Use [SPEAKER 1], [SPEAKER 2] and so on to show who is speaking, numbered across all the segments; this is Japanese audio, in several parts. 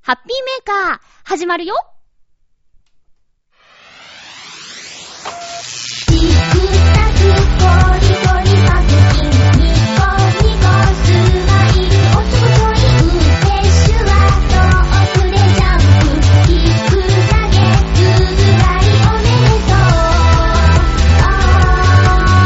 [SPEAKER 1] ハッピーメーカー、始まるよ
[SPEAKER 2] 「ビッグタクゴリゴリパクキン」「ニコニコスマイル」「おちょこちょい腕シュワッと遅れジャンプ」「ひっくらげずるがいおめでとう」「あ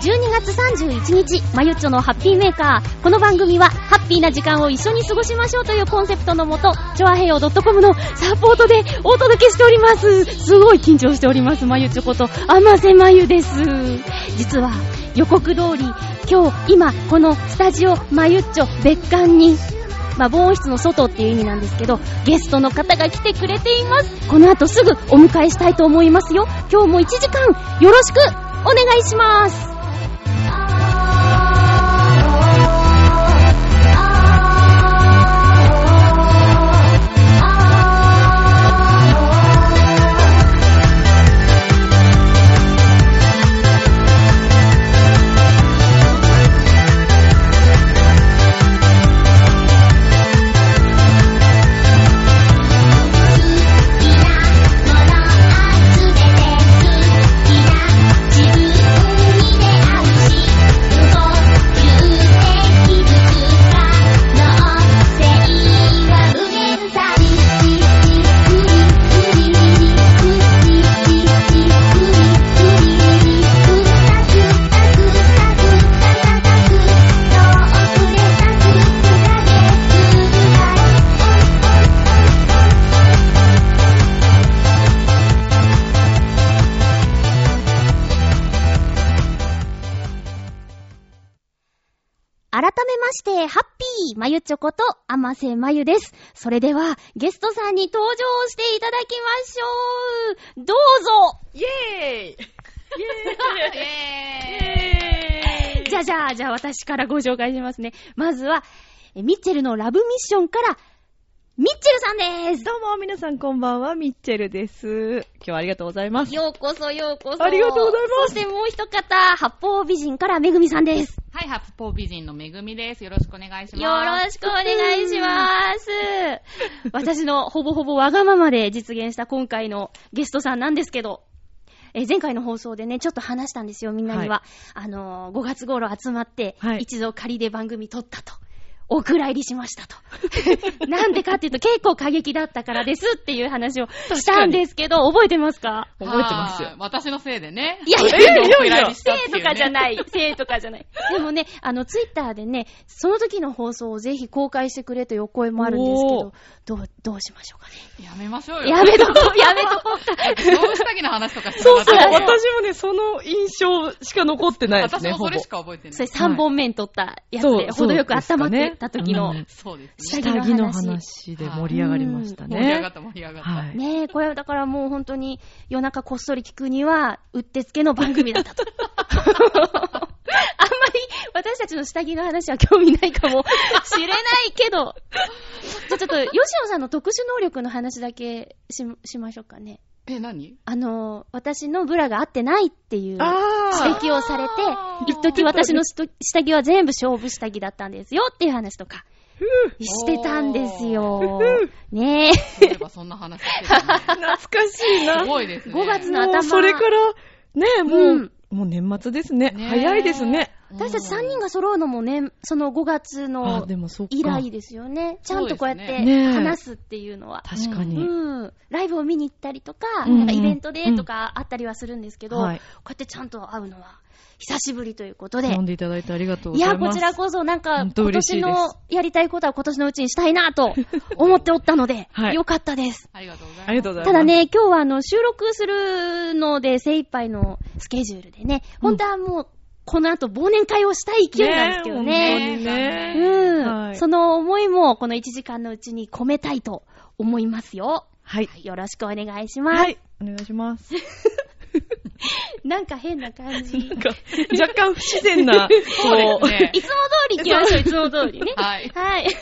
[SPEAKER 1] 12月31日、まゆっちょのハッピーメーカー。この番組は、ハッピーな時間を一緒に過ごしましょうというコンセプトのもと、ちょあへよ .com のサポートでお届けしております。すごい緊張しております、まゆっちょこと、あませまゆです。実は、予告通り、今日、今、このスタジオ、まゆっちょ別館に、まあ、防音室の外っていう意味なんですけど、ゲストの方が来てくれています。この後すぐお迎えしたいと思いますよ。今日も1時間、よろしく、お願いします。
[SPEAKER 2] 好きなもの集めて好きな人と出会って好きな自分に出会うし動揺って気づくか能性は無限大
[SPEAKER 1] 改めまして、ハッピーまゆちょこと、あませまゆです。それでは、ゲストさんに登場していただきましょうどう
[SPEAKER 3] イェーイイェーイ
[SPEAKER 1] ぞ
[SPEAKER 3] イェ
[SPEAKER 1] じゃじゃあ、じゃあ私からご紹介しますね。まずは、えミッチェルのラブミッションから、ミッチェルさんです
[SPEAKER 3] どうも、皆さんこんばんは、ミッチェルです。今日はありがとうございます。
[SPEAKER 1] ようこそようこそ。
[SPEAKER 3] ありがとうございます
[SPEAKER 1] そしてもう一方、八方美人からめぐみさんです。
[SPEAKER 4] はい、ハッポー美人のめぐみです。よろしくお願いします。
[SPEAKER 1] よろしくお願いします。 私のほぼほぼわがままで実現した今回のゲストさんなんですけど、えー前回の放送でね、ちょっと話したんですよ、みんなには。あのー5月頃集まって、
[SPEAKER 3] はい
[SPEAKER 1] 一度仮で番組撮ったと。お蔵入りしました と。なんでかっていうと結構過激だったからですっていう話をしたんですけど、覚えてますか
[SPEAKER 3] 覚えてますよ
[SPEAKER 4] はい。私のせいでね。
[SPEAKER 1] いやいや
[SPEAKER 3] いやいや
[SPEAKER 4] お蔵入りしたって
[SPEAKER 1] 性
[SPEAKER 4] うね
[SPEAKER 1] とかじゃない、性とかじゃない。でもね、あの、ツイッターでね、その時の放送をぜひ公開してくれというお声もあるんですけ
[SPEAKER 3] お
[SPEAKER 1] ど
[SPEAKER 3] ー、
[SPEAKER 1] どう、どうしましょうか
[SPEAKER 4] やめましょう
[SPEAKER 1] ね。
[SPEAKER 4] よ。
[SPEAKER 1] やめとこう、やめとこうか。
[SPEAKER 4] 同時だけの話とかして
[SPEAKER 3] そう
[SPEAKER 4] な
[SPEAKER 3] そう、
[SPEAKER 4] か
[SPEAKER 3] 私
[SPEAKER 4] った
[SPEAKER 3] もね、その印象しか残ってないです
[SPEAKER 4] 私
[SPEAKER 3] ね、
[SPEAKER 4] も
[SPEAKER 3] ほ
[SPEAKER 4] そ
[SPEAKER 3] ぼ
[SPEAKER 4] れ。しか覚えて
[SPEAKER 1] そ
[SPEAKER 4] な
[SPEAKER 1] れ
[SPEAKER 4] い。
[SPEAKER 1] 3本目に撮ったやつ
[SPEAKER 3] そう
[SPEAKER 1] で、程よく
[SPEAKER 3] そうです
[SPEAKER 1] 温まっ
[SPEAKER 3] かね
[SPEAKER 1] てった時の
[SPEAKER 3] う。ん
[SPEAKER 4] そうです
[SPEAKER 1] 下
[SPEAKER 4] ね。
[SPEAKER 1] 下着の話
[SPEAKER 3] 下着の話で盛り上がりましたね。
[SPEAKER 4] 盛り上がった盛り上がった。
[SPEAKER 3] はい。
[SPEAKER 1] ねえ、これはだからもう本当に夜中こっそり聞くには、うってつけの番組だったと。あんまり私たちの下着の話は興味ないかもしれないけど、じゃあちょっと、吉野さんの特殊能力の話だけししましょうかね。
[SPEAKER 4] え、何
[SPEAKER 1] あの、私のブラが合ってないっていう指
[SPEAKER 3] あ
[SPEAKER 1] 摘をされて
[SPEAKER 4] あ、ー
[SPEAKER 1] 一時私のしと下着は全部勝負下着だったんですよっていう話とか、してたんですよ。ねえ。
[SPEAKER 4] そういえばそんな話してたね。
[SPEAKER 3] あ、懐かし いな。
[SPEAKER 4] すごいですね。
[SPEAKER 1] 5月の頭
[SPEAKER 3] もうそれから、ね、もう、
[SPEAKER 1] うん
[SPEAKER 3] もう年末ですね。
[SPEAKER 4] ね
[SPEAKER 3] 早いですね。
[SPEAKER 1] 私たち3人が揃うのもね、その5月
[SPEAKER 3] あ、
[SPEAKER 1] の
[SPEAKER 3] でもそっか。
[SPEAKER 1] 以来ですよね。ちゃんとこうやっ
[SPEAKER 4] そう
[SPEAKER 1] て
[SPEAKER 4] です
[SPEAKER 3] ねねえ
[SPEAKER 1] 話すっていうのは。
[SPEAKER 3] 確か
[SPEAKER 1] う
[SPEAKER 3] に。
[SPEAKER 1] ん。ライブを見に行ったりとか、
[SPEAKER 3] うん
[SPEAKER 1] なんかイベントでとかあったりはするんですけど、
[SPEAKER 3] はい
[SPEAKER 1] こうやってちゃんと会うのは久しぶりということで
[SPEAKER 3] 呼。んでいただいてありがとうご
[SPEAKER 1] い
[SPEAKER 3] ざい
[SPEAKER 1] や、
[SPEAKER 3] ま
[SPEAKER 1] こ
[SPEAKER 3] す。
[SPEAKER 1] ちらこそなんか
[SPEAKER 3] 本当
[SPEAKER 1] 今
[SPEAKER 3] 嬉
[SPEAKER 1] 年
[SPEAKER 3] しいです、
[SPEAKER 1] のやりたいことは今年のうちにしたいなと思っておったので
[SPEAKER 3] はい
[SPEAKER 1] よかったです。
[SPEAKER 4] ありがとうございます。
[SPEAKER 3] ありがとうございます
[SPEAKER 1] ただね、今日はあの収録するので精一杯のスケジュールでね、本当はもうこの後忘年会をしたい勢いなんですけどね
[SPEAKER 3] ね本当にね。
[SPEAKER 1] うん、
[SPEAKER 3] はい
[SPEAKER 1] その思いもこの1時間のうちに込めたいと思いますよ。
[SPEAKER 3] はい。
[SPEAKER 1] よろしくお願いします。
[SPEAKER 3] はい。お願いします。
[SPEAKER 1] なんか変な感じ。いつも通
[SPEAKER 3] 若干不自然な、こ
[SPEAKER 4] そうですね。
[SPEAKER 1] り行きましょう、いつも通りね。
[SPEAKER 4] はい。
[SPEAKER 1] はい。
[SPEAKER 3] ちょ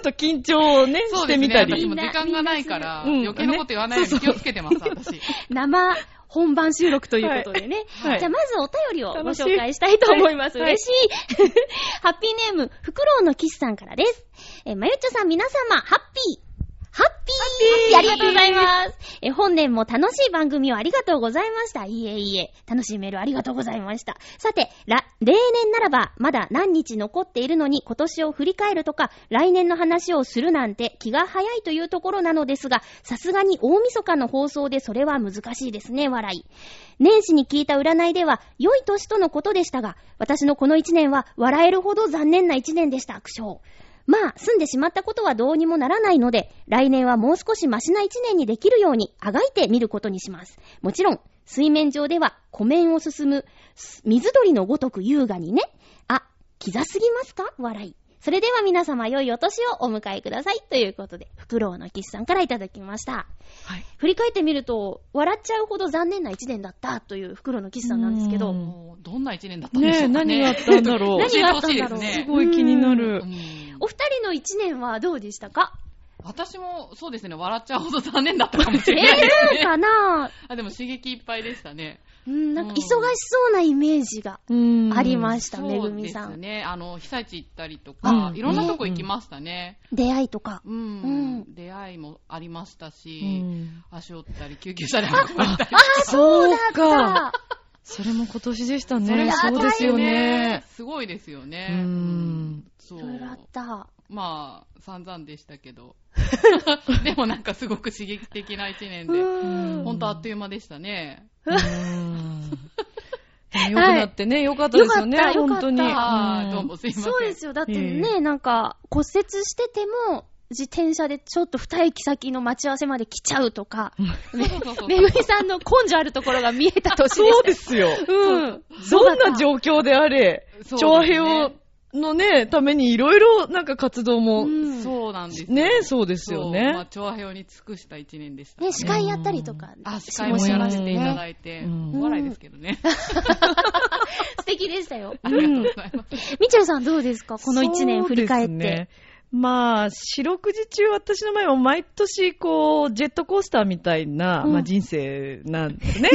[SPEAKER 3] っと緊張をね、
[SPEAKER 4] そ
[SPEAKER 3] し
[SPEAKER 4] うで
[SPEAKER 3] て
[SPEAKER 4] す
[SPEAKER 3] み
[SPEAKER 4] ね。
[SPEAKER 3] た
[SPEAKER 4] 私
[SPEAKER 3] り。
[SPEAKER 4] も時間がないから、
[SPEAKER 3] みんな
[SPEAKER 4] 余計なこと言わないよう
[SPEAKER 3] うん
[SPEAKER 4] に気をつけてます、私。
[SPEAKER 1] 生本番収録ということでね。
[SPEAKER 3] はい
[SPEAKER 1] じゃあまずお便りをご
[SPEAKER 3] 楽しい
[SPEAKER 1] 紹介したいと思います。
[SPEAKER 3] はい
[SPEAKER 1] 嬉しい。 ハッピーネーム、フクロウのキスさんからです。えーまゆっちょさん皆様、ハッピー。ハッピーありがとうございます。えー、本年も楽しい番組をありがとうございました。いえいえ、楽しいメールありがとうございました。さて、ら、例年ならば、まだ何日残っているのに、今年を振り返るとか、来年の話をするなんて気が早いというところなのですが、さすがに大晦日の放送でそれは難しいですね、笑い。年始に聞いた占いでは、良い年とのことでしたが、私のこの一年は笑えるほど残念な一年でした、苦笑。まあ、住んでしまったことはどうにもならないので、来年はもう少しマシな一年にできるように、あがいてみることにします。もちろん、水面上では湖面を進む、す水鳥のごとく優雅にね。あ、キザすぎますか笑い。それでは皆様、良いお年をお迎えください。ということで、フクロウの岸さんからいただきました。
[SPEAKER 3] はい
[SPEAKER 1] 振り返ってみると、笑っちゃうほど残念な一年だったという袋の岸さんなんですけ
[SPEAKER 3] う
[SPEAKER 1] ど、
[SPEAKER 3] ん
[SPEAKER 4] もう、どんな一年だったんで
[SPEAKER 3] ね
[SPEAKER 4] しょ
[SPEAKER 3] え、
[SPEAKER 4] うかね。
[SPEAKER 3] 何があったんだろう。
[SPEAKER 1] 何があったんだ
[SPEAKER 4] 教えて
[SPEAKER 1] ろ
[SPEAKER 4] ほ
[SPEAKER 1] う。
[SPEAKER 4] しいです
[SPEAKER 3] す
[SPEAKER 4] ね
[SPEAKER 3] ごい気にな
[SPEAKER 4] う
[SPEAKER 3] る。
[SPEAKER 4] ん
[SPEAKER 1] お二人の一年はどうでしたか
[SPEAKER 4] 私も、そうですね、笑っちゃうほど残念だったかもし
[SPEAKER 1] え
[SPEAKER 4] れないです
[SPEAKER 1] ー、そう
[SPEAKER 4] ね。
[SPEAKER 1] かな
[SPEAKER 4] あ、でも刺激いっぱいでしたね。
[SPEAKER 1] うん、なんか忙しそうなイメージがありま
[SPEAKER 3] し
[SPEAKER 1] した、
[SPEAKER 4] そう
[SPEAKER 1] めぐみさ
[SPEAKER 4] です
[SPEAKER 1] ん。
[SPEAKER 4] ね。あの、被災地行ったりとか
[SPEAKER 3] う、ん
[SPEAKER 4] いろんなとこ行きましたね。
[SPEAKER 1] 出会いとか。
[SPEAKER 4] うん。
[SPEAKER 1] うん
[SPEAKER 4] 出会いもありました
[SPEAKER 3] た
[SPEAKER 4] し、足折ったり、救急車で運ばれたり。
[SPEAKER 3] そうか。
[SPEAKER 1] あ
[SPEAKER 3] それも今年でした
[SPEAKER 4] そ
[SPEAKER 3] ね。
[SPEAKER 4] れも
[SPEAKER 3] そうですよね。
[SPEAKER 4] すごいですよね。
[SPEAKER 3] うん
[SPEAKER 4] そ
[SPEAKER 1] いろいろあ
[SPEAKER 4] う
[SPEAKER 1] っ。た。
[SPEAKER 4] まあ、散々でしたけど。でもなんかすごく刺激的な一年
[SPEAKER 1] う
[SPEAKER 4] で、
[SPEAKER 1] ん。
[SPEAKER 4] ほんとあっという間でしたね。
[SPEAKER 3] うんでも良くなって ね、良かったですよね
[SPEAKER 1] 良かっ、た
[SPEAKER 3] 本当に。
[SPEAKER 1] 良かった
[SPEAKER 4] あ
[SPEAKER 3] ん
[SPEAKER 4] あ、どうもすいません。
[SPEAKER 1] そうですよ。だって
[SPEAKER 3] え
[SPEAKER 1] ね、なんか骨折してても、自転車でちょっと二駅先の待ち合わせまで来ちゃうとか、
[SPEAKER 4] そうそうそう。
[SPEAKER 1] めぐみさんの根性あるところが見えた年で
[SPEAKER 3] そう
[SPEAKER 1] し
[SPEAKER 3] ですよ。
[SPEAKER 1] た。うん。
[SPEAKER 3] どんな状況であれ、
[SPEAKER 4] そうですね
[SPEAKER 3] 長平をのね、ためにいろいろなんか活動も、
[SPEAKER 1] うん
[SPEAKER 4] そうなんですよ
[SPEAKER 3] ね、そうですよ
[SPEAKER 4] そうまあ、
[SPEAKER 3] ね。
[SPEAKER 4] 長平に尽くした一年でした。
[SPEAKER 1] ね、司会やったりとか、
[SPEAKER 4] あ、司
[SPEAKER 1] し
[SPEAKER 4] 会
[SPEAKER 1] も
[SPEAKER 4] も
[SPEAKER 1] し
[SPEAKER 4] や
[SPEAKER 1] ま
[SPEAKER 4] ら
[SPEAKER 1] し
[SPEAKER 4] せ
[SPEAKER 1] た
[SPEAKER 4] ていた
[SPEAKER 1] ね。
[SPEAKER 4] だいて、
[SPEAKER 3] うん
[SPEAKER 4] お笑いですけどね。
[SPEAKER 1] 素敵でしたよ。
[SPEAKER 4] ありがとうございます。
[SPEAKER 1] みちるさんどうですかこの一年振り返っ
[SPEAKER 3] そう
[SPEAKER 1] て。
[SPEAKER 3] ですねまあ、四六時中私の前も毎年こう、ジェットコースターみたいな、
[SPEAKER 1] うん
[SPEAKER 3] まあ人生なんですね。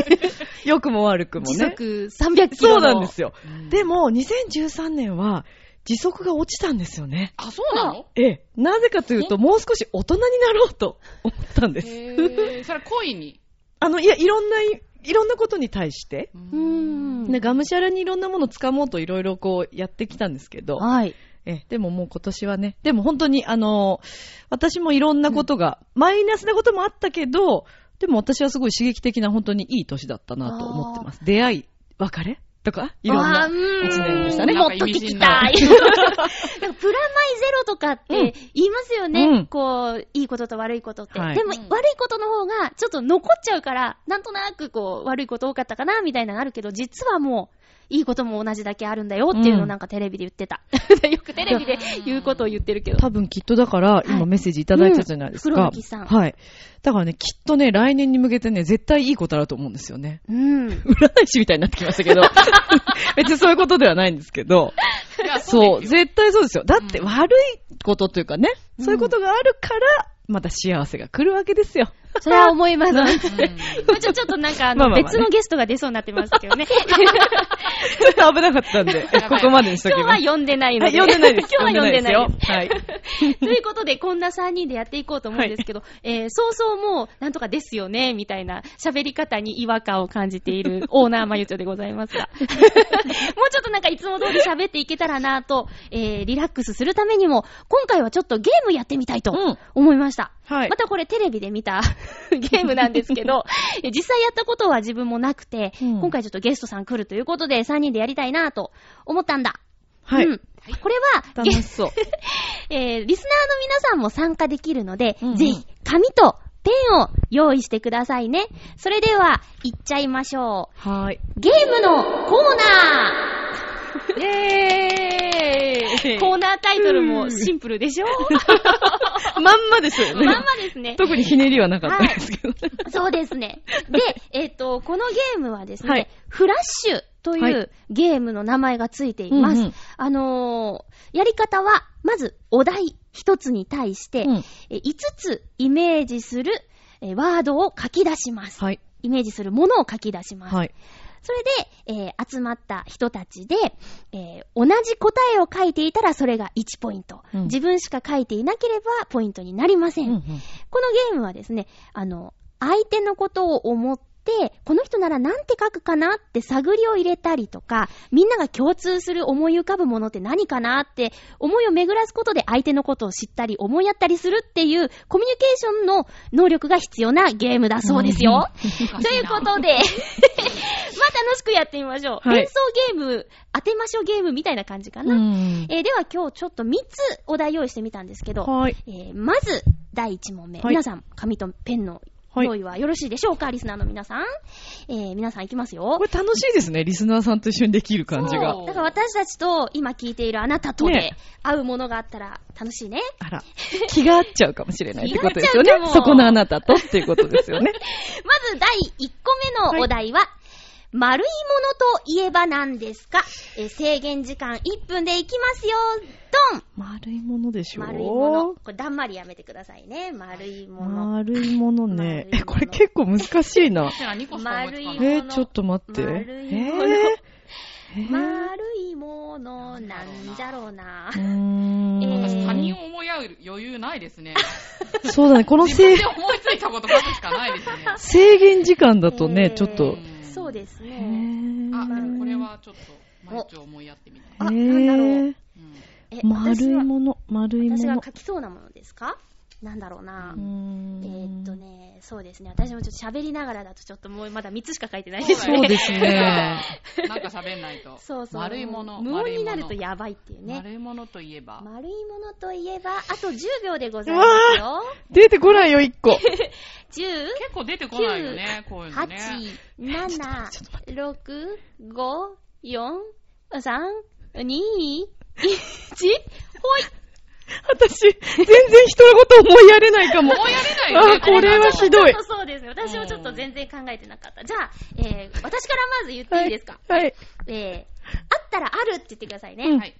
[SPEAKER 3] 良くも悪くも
[SPEAKER 1] 時
[SPEAKER 3] ね。
[SPEAKER 1] 速300キ
[SPEAKER 3] そ
[SPEAKER 1] ロの。
[SPEAKER 3] うなんですよ。
[SPEAKER 4] うん
[SPEAKER 3] でも、2013年は、時速が落ちたんですよね。
[SPEAKER 4] あ、そうなの
[SPEAKER 3] ええ。なぜかというと、もう少し大人になろうと思ったん
[SPEAKER 4] へ
[SPEAKER 3] です。
[SPEAKER 4] ーそれは恋に。
[SPEAKER 3] あの、いや、いろんな、いろんなことに対して、
[SPEAKER 4] う
[SPEAKER 1] うーん。
[SPEAKER 3] ねがむしゃらにいろんなものを掴もうといろいろこうやってきたんですけど、
[SPEAKER 1] はい。
[SPEAKER 3] ええでももう今年はね、でも本当にあの、私もいろんなことが、マイナスなこともあったけど、でも私はすごい刺激的な本当にいい年だったなと思ってます。出会い、別れとか、いろん
[SPEAKER 1] あー
[SPEAKER 3] な。
[SPEAKER 1] うーん
[SPEAKER 3] 一年でしたね
[SPEAKER 1] もっと聞きたい。 なんかプラマイゼロとかって言いますよね。
[SPEAKER 3] うん
[SPEAKER 1] こう、いいことと悪いことって。
[SPEAKER 3] はい
[SPEAKER 1] でも、
[SPEAKER 4] うん
[SPEAKER 1] 悪いことの方がちょっと残っちゃうから、なんとなくこう、悪いこと多かったかな、みたいなのあるけど、実はもう、いいことも同じだけあるんだよっていうのをなんかテレビで言 ってた。よくテレビで言うことを言ってるけど。
[SPEAKER 3] 多分きっとだから、
[SPEAKER 1] は
[SPEAKER 3] 今
[SPEAKER 1] い
[SPEAKER 3] メッセージいただいたじゃないです
[SPEAKER 1] うん
[SPEAKER 3] か。
[SPEAKER 1] 黒木さん
[SPEAKER 3] はい。だからね、きっとね、来年に向けてね、絶対いいことあると思うんですよね。
[SPEAKER 1] うん。
[SPEAKER 3] 占い師みたいになってきまし たけど。別にそういうことではないんですけど。
[SPEAKER 4] いや
[SPEAKER 3] そう、
[SPEAKER 4] ですよ
[SPEAKER 3] 絶対そうですよ。だって
[SPEAKER 4] うん
[SPEAKER 3] 悪いことというかね、そういうことがあるから、また幸せが来るわけですよ。
[SPEAKER 1] それは思います。
[SPEAKER 4] うん
[SPEAKER 1] ちょ、ちょっとなんか、あの、
[SPEAKER 3] まあまあまあね
[SPEAKER 1] 別のゲストが出そうになってますけ どね。
[SPEAKER 3] ちょっと 危なかったんで
[SPEAKER 4] ばい、
[SPEAKER 3] ここまでにしと
[SPEAKER 1] 今
[SPEAKER 3] き
[SPEAKER 1] 日
[SPEAKER 3] ま
[SPEAKER 1] は
[SPEAKER 3] す。
[SPEAKER 1] 呼んでないの
[SPEAKER 3] は
[SPEAKER 1] で。
[SPEAKER 3] い、読んでないです。
[SPEAKER 1] 今日は呼んでないです。
[SPEAKER 3] すよ。はい。
[SPEAKER 1] ということで、こんな3人でやっていこうと思うんですけど、えー、そうそうもう、なんとかですよね、みたいな喋り方に違和感を感じているオーナーまゆちょでございます が、もうちょっとなんかいつも通り喋っていけたらなと、えー、リラックスするためにも、今回はちょっとゲームやってみたいと
[SPEAKER 3] うん
[SPEAKER 1] 思いました。
[SPEAKER 3] はい
[SPEAKER 1] ま。たこれテレビで見た ゲームなんですけ ど、え実際やったことは自分もなくて、
[SPEAKER 3] うん
[SPEAKER 1] 今回ちょっとゲストさん来るということで、3人でやりたいなと思ったんだ。
[SPEAKER 3] は
[SPEAKER 1] うん
[SPEAKER 3] い。
[SPEAKER 1] これは、
[SPEAKER 3] 楽
[SPEAKER 1] ゲ
[SPEAKER 3] しそう。
[SPEAKER 1] えーリスナーの皆さんも参加できるので、
[SPEAKER 3] うんうん
[SPEAKER 1] ぜひ、紙とペンを用意してくださいね。それでは、いっちゃいましょ
[SPEAKER 3] はい。
[SPEAKER 1] う。ゲームのコーナー
[SPEAKER 3] イェーイはい
[SPEAKER 1] コーナータイトルもシンプルで しょ
[SPEAKER 3] まんまですよね。
[SPEAKER 1] まんまですね。
[SPEAKER 3] 特にひねりはなかったですけどね。
[SPEAKER 1] そうですね。で、えっ、と、このゲームはですね、
[SPEAKER 3] はい
[SPEAKER 1] フラッシュと
[SPEAKER 3] はいいう
[SPEAKER 1] ゲームの名前がついています。
[SPEAKER 3] うんうん
[SPEAKER 1] あのーやり方は、まずお題一つに対して、
[SPEAKER 3] うん
[SPEAKER 1] え5つイメージするえワードを書き出します。
[SPEAKER 3] はい。
[SPEAKER 1] イメージするものを書き出します。
[SPEAKER 3] はい。
[SPEAKER 1] それで、えー集まった人たちで、えー同じ答えを書いていたらそれが1ポイント。
[SPEAKER 3] うん
[SPEAKER 1] 自分しか書いていなければポイントになりませ。
[SPEAKER 3] うんん
[SPEAKER 1] このゲームはですね、あの、相手のことを思って、この人ならなんて書くかなって探りを入れたりとか、みんなが共通する思い浮かぶものって何かなって思いを巡らすことで相手のことを知ったり思いやったりするっていうコミュニケーションの能力が必要なゲームだそうですよ。 ということで、まあ楽しくやってみましょう。
[SPEAKER 3] はい
[SPEAKER 1] 連想ゲーム、当てましょうゲームみたいな感じか
[SPEAKER 3] うんう
[SPEAKER 1] な。
[SPEAKER 3] ん。
[SPEAKER 1] えーでは今日ちょっと3つお題用意してみたんですけど、
[SPEAKER 3] はい。
[SPEAKER 1] えーまず、第1問目。
[SPEAKER 3] はい
[SPEAKER 1] 皆さん、紙とペンの
[SPEAKER 3] はい
[SPEAKER 1] 用意はよろしいでしょうか、リスナーの皆さん。えー皆さんいきますよ
[SPEAKER 3] こ。れ楽しいですね。リスナーさんと一緒にできる感じが
[SPEAKER 4] そ。う
[SPEAKER 1] だから私たちと今聞いているあなたとで
[SPEAKER 3] ね
[SPEAKER 1] 会うものがあったら楽しいね。
[SPEAKER 3] あら、気が合っちゃうかもしれないってことですよ
[SPEAKER 1] 気
[SPEAKER 3] ね
[SPEAKER 1] が合っちゃう。かも
[SPEAKER 3] そこのあなたとっていうことですよ ね。
[SPEAKER 1] まず第1個目のお題は、丸いものといえば何ですか、えー制限時間1分でいきますよ。ドン
[SPEAKER 3] 丸いものでしょ
[SPEAKER 1] 丸いもの。これだんまりやめてくださいね。丸いもの。
[SPEAKER 3] 丸いものね。
[SPEAKER 1] 丸いもの
[SPEAKER 3] え、これ結構難しいな。
[SPEAKER 4] じゃあ2個しか思いつか
[SPEAKER 1] 丸い
[SPEAKER 4] ない。
[SPEAKER 1] もの
[SPEAKER 3] えー、ちょっと待って。え
[SPEAKER 1] 丸いもの 丸いもの
[SPEAKER 3] ー
[SPEAKER 1] なんじゃろうな
[SPEAKER 3] う。ーん
[SPEAKER 1] え
[SPEAKER 4] 他人を思い合う余裕ないですね。
[SPEAKER 3] そうだね、この
[SPEAKER 4] 自分
[SPEAKER 3] 制
[SPEAKER 4] で思いついたこと書くしかないですね。
[SPEAKER 3] 制限時間だと
[SPEAKER 1] え
[SPEAKER 3] ね、
[SPEAKER 1] ー
[SPEAKER 3] ちょっと。
[SPEAKER 1] そうです
[SPEAKER 3] え
[SPEAKER 1] ね。
[SPEAKER 3] ー
[SPEAKER 4] あ、でもこれはちょっと、毎日思いやってみたい。
[SPEAKER 1] あなんだろう
[SPEAKER 3] えー
[SPEAKER 4] うん
[SPEAKER 1] え
[SPEAKER 3] 丸いもの、丸いも
[SPEAKER 1] 私は私
[SPEAKER 3] の
[SPEAKER 1] が。書きそうなものですかなんだろうな。え
[SPEAKER 3] ー
[SPEAKER 4] う
[SPEAKER 1] ー
[SPEAKER 3] ん
[SPEAKER 1] っとね、そうですね。私もちょっと喋りながらだとちょっともうまだ3つしか書いてないですね。
[SPEAKER 3] そうですね。
[SPEAKER 4] なんか喋んない と。
[SPEAKER 1] そうそう。
[SPEAKER 4] 丸いもの。
[SPEAKER 1] 無音になると
[SPEAKER 4] 丸いも
[SPEAKER 1] やばいっていう
[SPEAKER 4] の
[SPEAKER 1] ね。
[SPEAKER 4] 丸いものといえば。
[SPEAKER 1] 丸いものといえば、あと10秒でございますよ。
[SPEAKER 3] 出てこないよ、一個。
[SPEAKER 1] 10、
[SPEAKER 4] 結構出てこないよね、こういうの
[SPEAKER 1] 8
[SPEAKER 4] ね。、
[SPEAKER 1] 7、6、5、4、3、2、1、ほい
[SPEAKER 3] 私、全然人のこと思いやれないかも。
[SPEAKER 4] 思いやれないよね。
[SPEAKER 3] あーこれはひどい
[SPEAKER 1] ちょっとそうですね。私もちょっと全然考えてなかった。じゃあ、えー、私からまず言っていいですか、
[SPEAKER 3] はい。
[SPEAKER 1] えー、あったらあるって言ってくださいね。
[SPEAKER 3] うん
[SPEAKER 4] はい。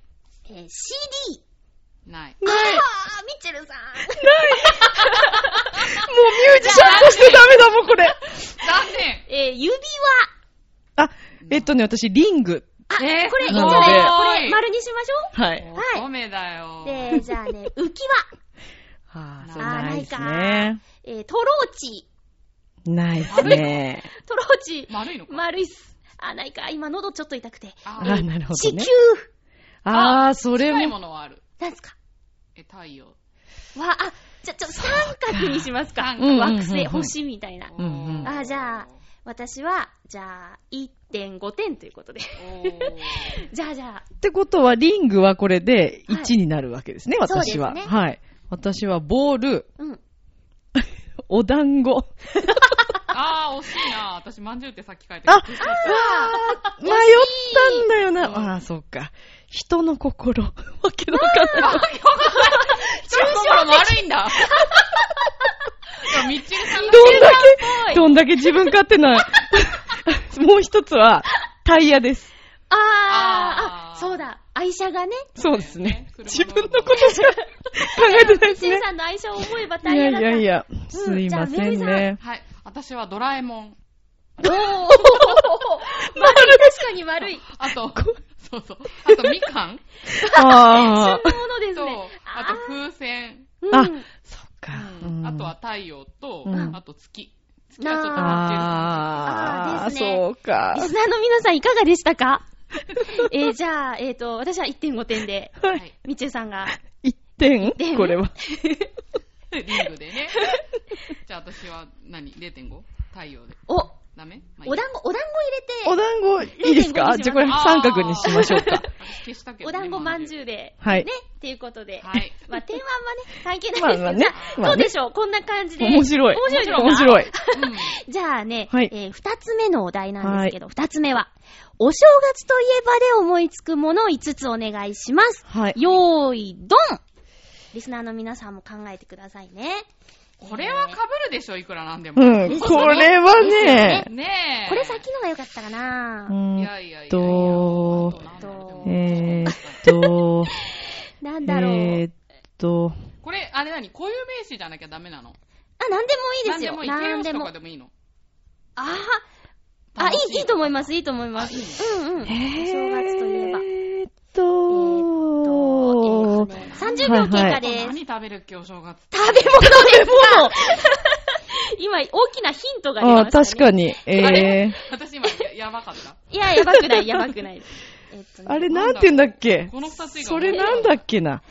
[SPEAKER 1] えー、CD。
[SPEAKER 4] な
[SPEAKER 1] あ
[SPEAKER 3] ない。
[SPEAKER 4] い。
[SPEAKER 1] あ
[SPEAKER 3] もう
[SPEAKER 1] ー、ミッチェルさん。
[SPEAKER 3] ミュージシャンとしてダメだもん、これ。
[SPEAKER 4] 残念
[SPEAKER 1] えー、指輪。
[SPEAKER 3] あ、えっとね、私、リング。
[SPEAKER 1] あ、
[SPEAKER 4] えー
[SPEAKER 1] これいいんじ
[SPEAKER 3] な
[SPEAKER 1] ゃ
[SPEAKER 3] ので
[SPEAKER 1] ないですかこれ、丸にしまし
[SPEAKER 3] はい。
[SPEAKER 1] はい
[SPEAKER 4] 乙女だよ。
[SPEAKER 1] ょう。で、じゃあ ね、浮き輪。
[SPEAKER 3] あー、そう
[SPEAKER 1] あー、
[SPEAKER 3] な
[SPEAKER 1] ないい
[SPEAKER 3] です
[SPEAKER 1] か。
[SPEAKER 3] ね。
[SPEAKER 1] えー、トローチ。
[SPEAKER 3] ないですね。
[SPEAKER 1] トローチ。
[SPEAKER 4] 丸いのか。
[SPEAKER 1] 丸いっす。あ、ないか。今、喉ちょっと痛くて。
[SPEAKER 4] あ
[SPEAKER 3] あ
[SPEAKER 4] ー
[SPEAKER 3] ー、なるほ
[SPEAKER 1] 地球
[SPEAKER 3] どね。。あー、それ
[SPEAKER 4] 近い
[SPEAKER 3] も。
[SPEAKER 4] ものはある。
[SPEAKER 1] なんですか
[SPEAKER 4] え、太陽。
[SPEAKER 1] わ、あ、じゃ、ちょ、三角にしますか。
[SPEAKER 4] 三
[SPEAKER 3] 角うんうんうんうん
[SPEAKER 1] 惑星、星みたいな。
[SPEAKER 3] うんうん
[SPEAKER 1] あじゃあ私は、じゃあ、1.5点ということで。
[SPEAKER 4] おー。
[SPEAKER 1] じゃあじゃあ、
[SPEAKER 3] ってことは、リングはこれで
[SPEAKER 1] はい
[SPEAKER 3] 1になるわけですね、
[SPEAKER 1] そうです
[SPEAKER 3] 私
[SPEAKER 1] ね
[SPEAKER 3] は。はい。私は、ボール、
[SPEAKER 1] うん。
[SPEAKER 3] お団子。
[SPEAKER 4] あー、惜しいな。私、まんじゅうってさっき書いて
[SPEAKER 3] あ、あ。
[SPEAKER 4] た
[SPEAKER 3] ー迷ったんだよな。あー、そっか。人の心。わけのわかんない。
[SPEAKER 4] 抽象悪いんだ。でもミッチェルさんが
[SPEAKER 3] どんだ
[SPEAKER 1] ぽい
[SPEAKER 3] け、どんだけ自分勝手 な。もう一つは、タイヤです。
[SPEAKER 1] あーあ
[SPEAKER 4] あー
[SPEAKER 1] そうだ、愛車がね、
[SPEAKER 3] そうですね。
[SPEAKER 4] 車の
[SPEAKER 3] 自分のことしか考えてないです
[SPEAKER 1] せい
[SPEAKER 3] ね。
[SPEAKER 1] さんの愛車を思えば
[SPEAKER 3] い
[SPEAKER 1] 大変
[SPEAKER 3] やい
[SPEAKER 1] だった。
[SPEAKER 3] やいや、
[SPEAKER 1] う
[SPEAKER 3] す
[SPEAKER 1] ん
[SPEAKER 3] い
[SPEAKER 1] じゃあ
[SPEAKER 3] ませんね。
[SPEAKER 4] はい。私はドラえもん。
[SPEAKER 1] お ー丸い、確かに丸い。
[SPEAKER 4] あと、そうそう。あと、みかん
[SPEAKER 3] あ
[SPEAKER 1] そんなものです
[SPEAKER 4] と、
[SPEAKER 1] ね。
[SPEAKER 4] あと、風船。
[SPEAKER 1] ー
[SPEAKER 3] あ
[SPEAKER 1] うん
[SPEAKER 3] そっ
[SPEAKER 4] う
[SPEAKER 3] か。
[SPEAKER 4] んあとは太陽と
[SPEAKER 3] う、ん
[SPEAKER 4] あと月。月はちょっとマッチェルさん
[SPEAKER 1] あ
[SPEAKER 3] あ
[SPEAKER 1] ー
[SPEAKER 3] あ、
[SPEAKER 1] ですね
[SPEAKER 3] そうか
[SPEAKER 1] リ。スナーの皆さんいかがでした かえー、じゃあ、えっ、ー、と、私は1.5点で、
[SPEAKER 3] は。
[SPEAKER 4] はいい。
[SPEAKER 1] みちゅうさんが。
[SPEAKER 3] 一点
[SPEAKER 1] 点
[SPEAKER 3] これは。
[SPEAKER 4] リングでね。じゃあ私は何、0.5? 太陽で。
[SPEAKER 1] お、
[SPEAKER 4] ダメ、まあいい
[SPEAKER 2] お団子、お団子入
[SPEAKER 3] お
[SPEAKER 2] れて、
[SPEAKER 3] 団子、いいです
[SPEAKER 1] 0.5にします
[SPEAKER 3] かあじゃあこれ三角にしましょうか。
[SPEAKER 4] 私消したけど
[SPEAKER 1] お
[SPEAKER 4] ね、
[SPEAKER 1] 団子まんじ
[SPEAKER 4] ゅ
[SPEAKER 1] ゅうで、
[SPEAKER 3] はい
[SPEAKER 1] ね、っていうことで。
[SPEAKER 4] はい。
[SPEAKER 1] まあ、点はあんまね、関係
[SPEAKER 3] ま
[SPEAKER 1] ないですけ
[SPEAKER 3] あ
[SPEAKER 1] ど、
[SPEAKER 3] まあね。ま
[SPEAKER 1] ど
[SPEAKER 3] あ
[SPEAKER 1] うで
[SPEAKER 3] ね。
[SPEAKER 1] しょうこんな感じで。
[SPEAKER 3] 面白い。
[SPEAKER 1] 面白いですか
[SPEAKER 3] 面白い。
[SPEAKER 4] うん
[SPEAKER 1] じゃあね、
[SPEAKER 3] はい
[SPEAKER 1] えー二つ目のお題なんですけど、二つ目は、お正月といえばで思いつくものを5つお願いします。
[SPEAKER 3] はい。
[SPEAKER 1] よーい、ドンリスナーの皆さんも考えてくださいね。
[SPEAKER 4] これは被るでしょ、いくらなんでも。
[SPEAKER 3] うん、これはね、
[SPEAKER 4] ねえ。
[SPEAKER 1] これ先のが良かったかな
[SPEAKER 3] う
[SPEAKER 4] い
[SPEAKER 3] ん
[SPEAKER 4] やいやいやいや。
[SPEAKER 3] と
[SPEAKER 4] あとなんだろうでも
[SPEAKER 3] えーっと、
[SPEAKER 1] なん だろう。
[SPEAKER 3] えーっと、
[SPEAKER 4] これ、あれ何固有名詞じゃなきゃダメなの
[SPEAKER 1] あ、なんでもいいで
[SPEAKER 4] 何
[SPEAKER 1] す
[SPEAKER 4] で
[SPEAKER 1] よ。
[SPEAKER 4] もいい。形容詞と
[SPEAKER 1] なん
[SPEAKER 4] かでもいいの
[SPEAKER 1] ああ、あ、いい、いいと思います、いいと思います。うんうん。お
[SPEAKER 3] えー
[SPEAKER 1] 正月といえば。
[SPEAKER 3] えーっ
[SPEAKER 1] と
[SPEAKER 3] と、
[SPEAKER 1] えーとね30秒経過です。
[SPEAKER 4] 何食べるっけ、お正月。
[SPEAKER 1] 食べ物ですか 今、大きなヒントが出まし
[SPEAKER 3] あ、
[SPEAKER 1] た、ね。
[SPEAKER 3] 確かに。
[SPEAKER 4] あ
[SPEAKER 3] え
[SPEAKER 4] れ私今、ややばかった。
[SPEAKER 1] に。いや、やばくない、やばくない。えっと
[SPEAKER 3] ー、
[SPEAKER 1] ね
[SPEAKER 3] あれなんて言うんだっけ
[SPEAKER 4] この二つ以外
[SPEAKER 3] それなんだっ けな。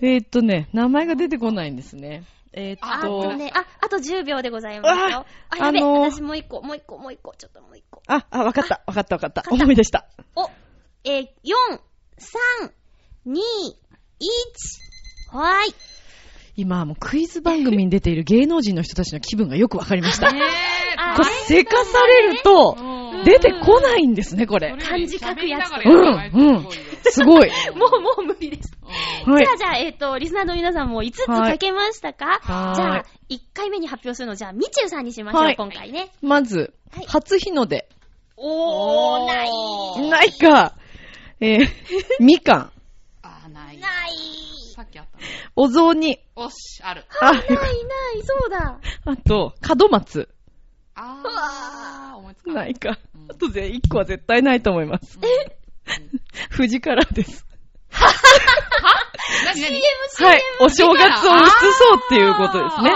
[SPEAKER 3] えーっとね、名前が出てこないんですね。えーっ
[SPEAKER 1] あ
[SPEAKER 4] あ
[SPEAKER 1] と
[SPEAKER 3] と、
[SPEAKER 1] ね、あ、あと10秒でございますよ。あ、
[SPEAKER 3] あ
[SPEAKER 1] やべ、
[SPEAKER 3] あのー
[SPEAKER 1] 私もう一個、もう一個、もう一個、ちょっともう一個。
[SPEAKER 3] あ、あ、わかった、わかった、わかった。思い出した。
[SPEAKER 1] お、えー、4、3、2、1、はーい。
[SPEAKER 3] 今、もうクイズ番組に出ている芸能人の人たちの気分がよくわかりました。
[SPEAKER 4] ね
[SPEAKER 3] こ
[SPEAKER 4] え
[SPEAKER 1] あ
[SPEAKER 3] れ、せかされると、
[SPEAKER 4] うん
[SPEAKER 3] 出てこないんですね、これ。
[SPEAKER 1] 漢字書くやつ
[SPEAKER 3] うんうんすご い。
[SPEAKER 1] もう、もう無理です。
[SPEAKER 3] はい
[SPEAKER 1] じゃあ、じゃあ、えっ、と、リスナーの皆さんも5つ書けましたか、
[SPEAKER 3] はい
[SPEAKER 1] じゃ
[SPEAKER 3] は
[SPEAKER 1] あ
[SPEAKER 3] い、
[SPEAKER 1] 1回目に発表するの、じゃあ、みちゅうさんにしましょう、
[SPEAKER 3] はい
[SPEAKER 1] 今回ね。
[SPEAKER 3] まず
[SPEAKER 1] はい、
[SPEAKER 3] 初日の出。
[SPEAKER 1] おー、
[SPEAKER 4] おー
[SPEAKER 1] ない。
[SPEAKER 3] ないか。えー、みかん。
[SPEAKER 4] あー、ない。
[SPEAKER 1] ない。
[SPEAKER 4] さっきあったね。
[SPEAKER 3] お雑煮。
[SPEAKER 4] おし、ある。
[SPEAKER 3] あ、
[SPEAKER 1] ないない、そうだ。
[SPEAKER 3] あと、門松。
[SPEAKER 4] あー、思いつか
[SPEAKER 3] な
[SPEAKER 4] ない。
[SPEAKER 3] いか
[SPEAKER 4] う。ん
[SPEAKER 3] あとで、一個は絶対ないと思います。 藤からです。
[SPEAKER 4] なになに
[SPEAKER 3] はい。お正月を移そうっていうことですね。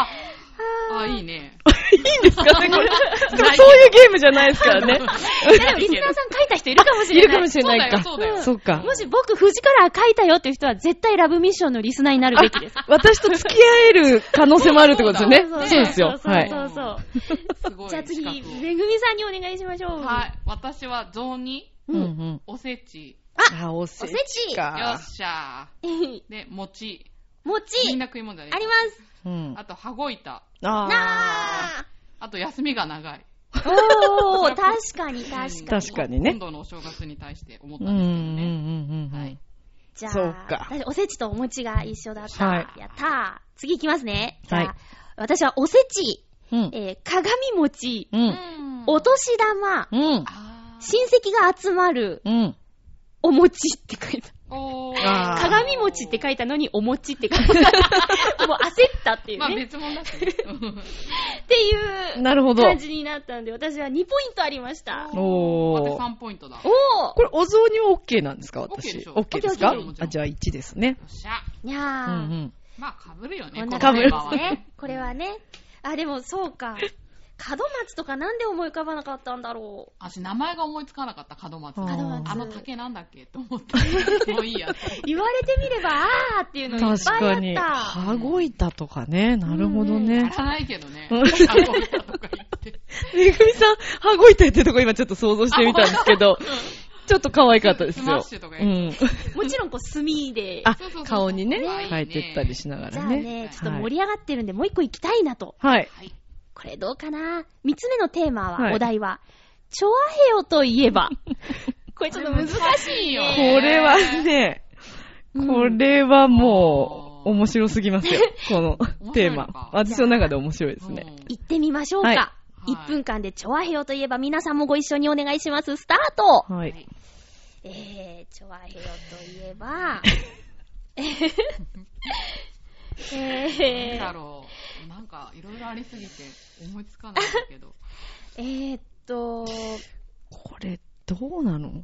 [SPEAKER 4] あー、いいね。
[SPEAKER 3] いいんですかね、これ。でも そういうゲームじゃないですからね。
[SPEAKER 1] いやでも、リスナーさん書いた人いるかもしれない。
[SPEAKER 3] いるかもしれないか。
[SPEAKER 4] そうだよそうだよ
[SPEAKER 3] そうか。
[SPEAKER 1] もし僕、藤から書いたよっていう人は、絶対ラブミッションのリスナーになるべきです。
[SPEAKER 3] 私と付き合える可能性もあるってことですよね。
[SPEAKER 1] そう
[SPEAKER 3] そうですよ。
[SPEAKER 1] そう
[SPEAKER 3] はい。
[SPEAKER 1] そうそう
[SPEAKER 4] すごい。
[SPEAKER 1] じゃあ次、
[SPEAKER 4] 資格を
[SPEAKER 1] めぐみさんにお願いしましょう。
[SPEAKER 4] はい。私は雑煮、
[SPEAKER 3] うんうん。
[SPEAKER 4] おせち、
[SPEAKER 3] あ、おせち
[SPEAKER 4] よ
[SPEAKER 3] か
[SPEAKER 4] っ。しゃ
[SPEAKER 1] い。
[SPEAKER 4] ー。で、餅。み
[SPEAKER 1] 餅
[SPEAKER 4] ん、な食い物じゃね
[SPEAKER 1] あり
[SPEAKER 4] え。
[SPEAKER 1] ます。
[SPEAKER 3] うん。
[SPEAKER 4] あと、羽子板。
[SPEAKER 3] あ
[SPEAKER 1] な
[SPEAKER 4] あと、休みが長い。
[SPEAKER 1] ー。お ー、確かに確かに。
[SPEAKER 3] 確かにね
[SPEAKER 4] 今度のお正月に対して思っ
[SPEAKER 3] ー。
[SPEAKER 4] た
[SPEAKER 3] うんんう
[SPEAKER 4] で
[SPEAKER 3] ん
[SPEAKER 4] すけどね。
[SPEAKER 3] うんうんう
[SPEAKER 4] は
[SPEAKER 3] ん
[SPEAKER 4] い。
[SPEAKER 1] じゃあ、
[SPEAKER 3] そうか
[SPEAKER 1] 私おせちとお餅が一緒だった。
[SPEAKER 3] はい
[SPEAKER 1] やったー。次いきますね。じゃあ
[SPEAKER 3] はい
[SPEAKER 1] 私はおせち、
[SPEAKER 3] うん。
[SPEAKER 1] えー鏡餅、
[SPEAKER 3] うん。
[SPEAKER 1] お年玉、
[SPEAKER 3] うん。
[SPEAKER 4] あー
[SPEAKER 1] 親戚が集まる
[SPEAKER 3] うん。
[SPEAKER 1] お餅って書いた。
[SPEAKER 4] おー
[SPEAKER 3] あー
[SPEAKER 1] 鏡餅って書いたのにお餅って書 いた。もう焦ったっていう
[SPEAKER 4] まあ
[SPEAKER 1] ね。
[SPEAKER 4] 別物だしね。
[SPEAKER 1] っていう
[SPEAKER 3] なるほど。
[SPEAKER 1] 感じになったんで、私は2ポイントありました。
[SPEAKER 4] お
[SPEAKER 3] お
[SPEAKER 4] ー。
[SPEAKER 3] ー
[SPEAKER 4] あと3ポイントだ。
[SPEAKER 1] お
[SPEAKER 4] よ
[SPEAKER 1] ー
[SPEAKER 3] これ、お雑煮は OK なんですか
[SPEAKER 4] オッケーで
[SPEAKER 3] 私。
[SPEAKER 4] しょ
[SPEAKER 3] OK ですか
[SPEAKER 4] オッケーもちろ
[SPEAKER 3] あ、
[SPEAKER 4] ん
[SPEAKER 3] じゃあ1ですね。
[SPEAKER 4] っしゃ。
[SPEAKER 1] に
[SPEAKER 3] う
[SPEAKER 1] ゃ
[SPEAKER 3] ん
[SPEAKER 1] ー。
[SPEAKER 3] うん。
[SPEAKER 4] まあ被るよね。
[SPEAKER 1] こんな
[SPEAKER 4] こ
[SPEAKER 1] 感
[SPEAKER 3] 感
[SPEAKER 4] の
[SPEAKER 1] じ
[SPEAKER 3] じ
[SPEAKER 4] テ
[SPEAKER 1] で
[SPEAKER 4] ー
[SPEAKER 3] です
[SPEAKER 4] マは
[SPEAKER 1] すね
[SPEAKER 4] ね。。
[SPEAKER 1] これはね。あ、でもそうか。門松とかなんで思い浮かばなかったんだろ
[SPEAKER 4] 私、名前が思いつかなかった、門松
[SPEAKER 1] う。
[SPEAKER 3] あー
[SPEAKER 1] 門松。
[SPEAKER 4] あの竹なんだっけと思 った。もういいや。
[SPEAKER 1] 言われてみれば、あーっていうのいっ
[SPEAKER 3] 確
[SPEAKER 1] ぱ
[SPEAKER 3] か
[SPEAKER 1] い
[SPEAKER 3] に。
[SPEAKER 1] あっ
[SPEAKER 3] 羽子板とかね。なるほど
[SPEAKER 4] や
[SPEAKER 3] ね。
[SPEAKER 4] らないけ どね。
[SPEAKER 3] うん
[SPEAKER 4] 羽子板とか言って。
[SPEAKER 3] めぐみさん、羽子板ってとこ今ちょっと想像してみたんですけど、ちょっと可愛かったですよ。
[SPEAKER 4] スマッシュとか
[SPEAKER 3] う
[SPEAKER 4] やる
[SPEAKER 3] ん。
[SPEAKER 1] た。もちろん、こう、炭で。
[SPEAKER 3] あ
[SPEAKER 4] そうそうそう、
[SPEAKER 3] 顔にね
[SPEAKER 4] 可愛いね、
[SPEAKER 3] 描いてったりしなが
[SPEAKER 1] じゃ
[SPEAKER 3] ら
[SPEAKER 1] あ
[SPEAKER 3] ね。
[SPEAKER 1] ね、ちょっと盛り上がってるんで、もう一個行きたいなと。
[SPEAKER 3] はい。
[SPEAKER 4] はい。
[SPEAKER 1] これどうかな三つ目のテーマ
[SPEAKER 3] は
[SPEAKER 1] は、
[SPEAKER 3] い
[SPEAKER 1] お題は、チョアヘオといえば。これちょっと難しい。
[SPEAKER 4] し いよ
[SPEAKER 3] これはね、これはもう、
[SPEAKER 4] うん
[SPEAKER 3] 面白すぎます よ。このテー
[SPEAKER 4] 面白いのか
[SPEAKER 3] マ。私の中で面白いですね。
[SPEAKER 4] うん
[SPEAKER 1] 行ってみましょうか。
[SPEAKER 3] はい
[SPEAKER 4] い
[SPEAKER 1] 1分間でチョアヘオといえば皆さんもご一緒にお願いします。スタート
[SPEAKER 3] は
[SPEAKER 4] はい
[SPEAKER 3] い。
[SPEAKER 1] えー、チョアヘオといえば、えー、
[SPEAKER 4] な
[SPEAKER 1] え
[SPEAKER 4] んだ
[SPEAKER 1] ー、
[SPEAKER 4] ろう。なんか、いろいろありすぎて、思いつかないんだけど。
[SPEAKER 1] えーっと、
[SPEAKER 3] これ、どうなの
[SPEAKER 4] ど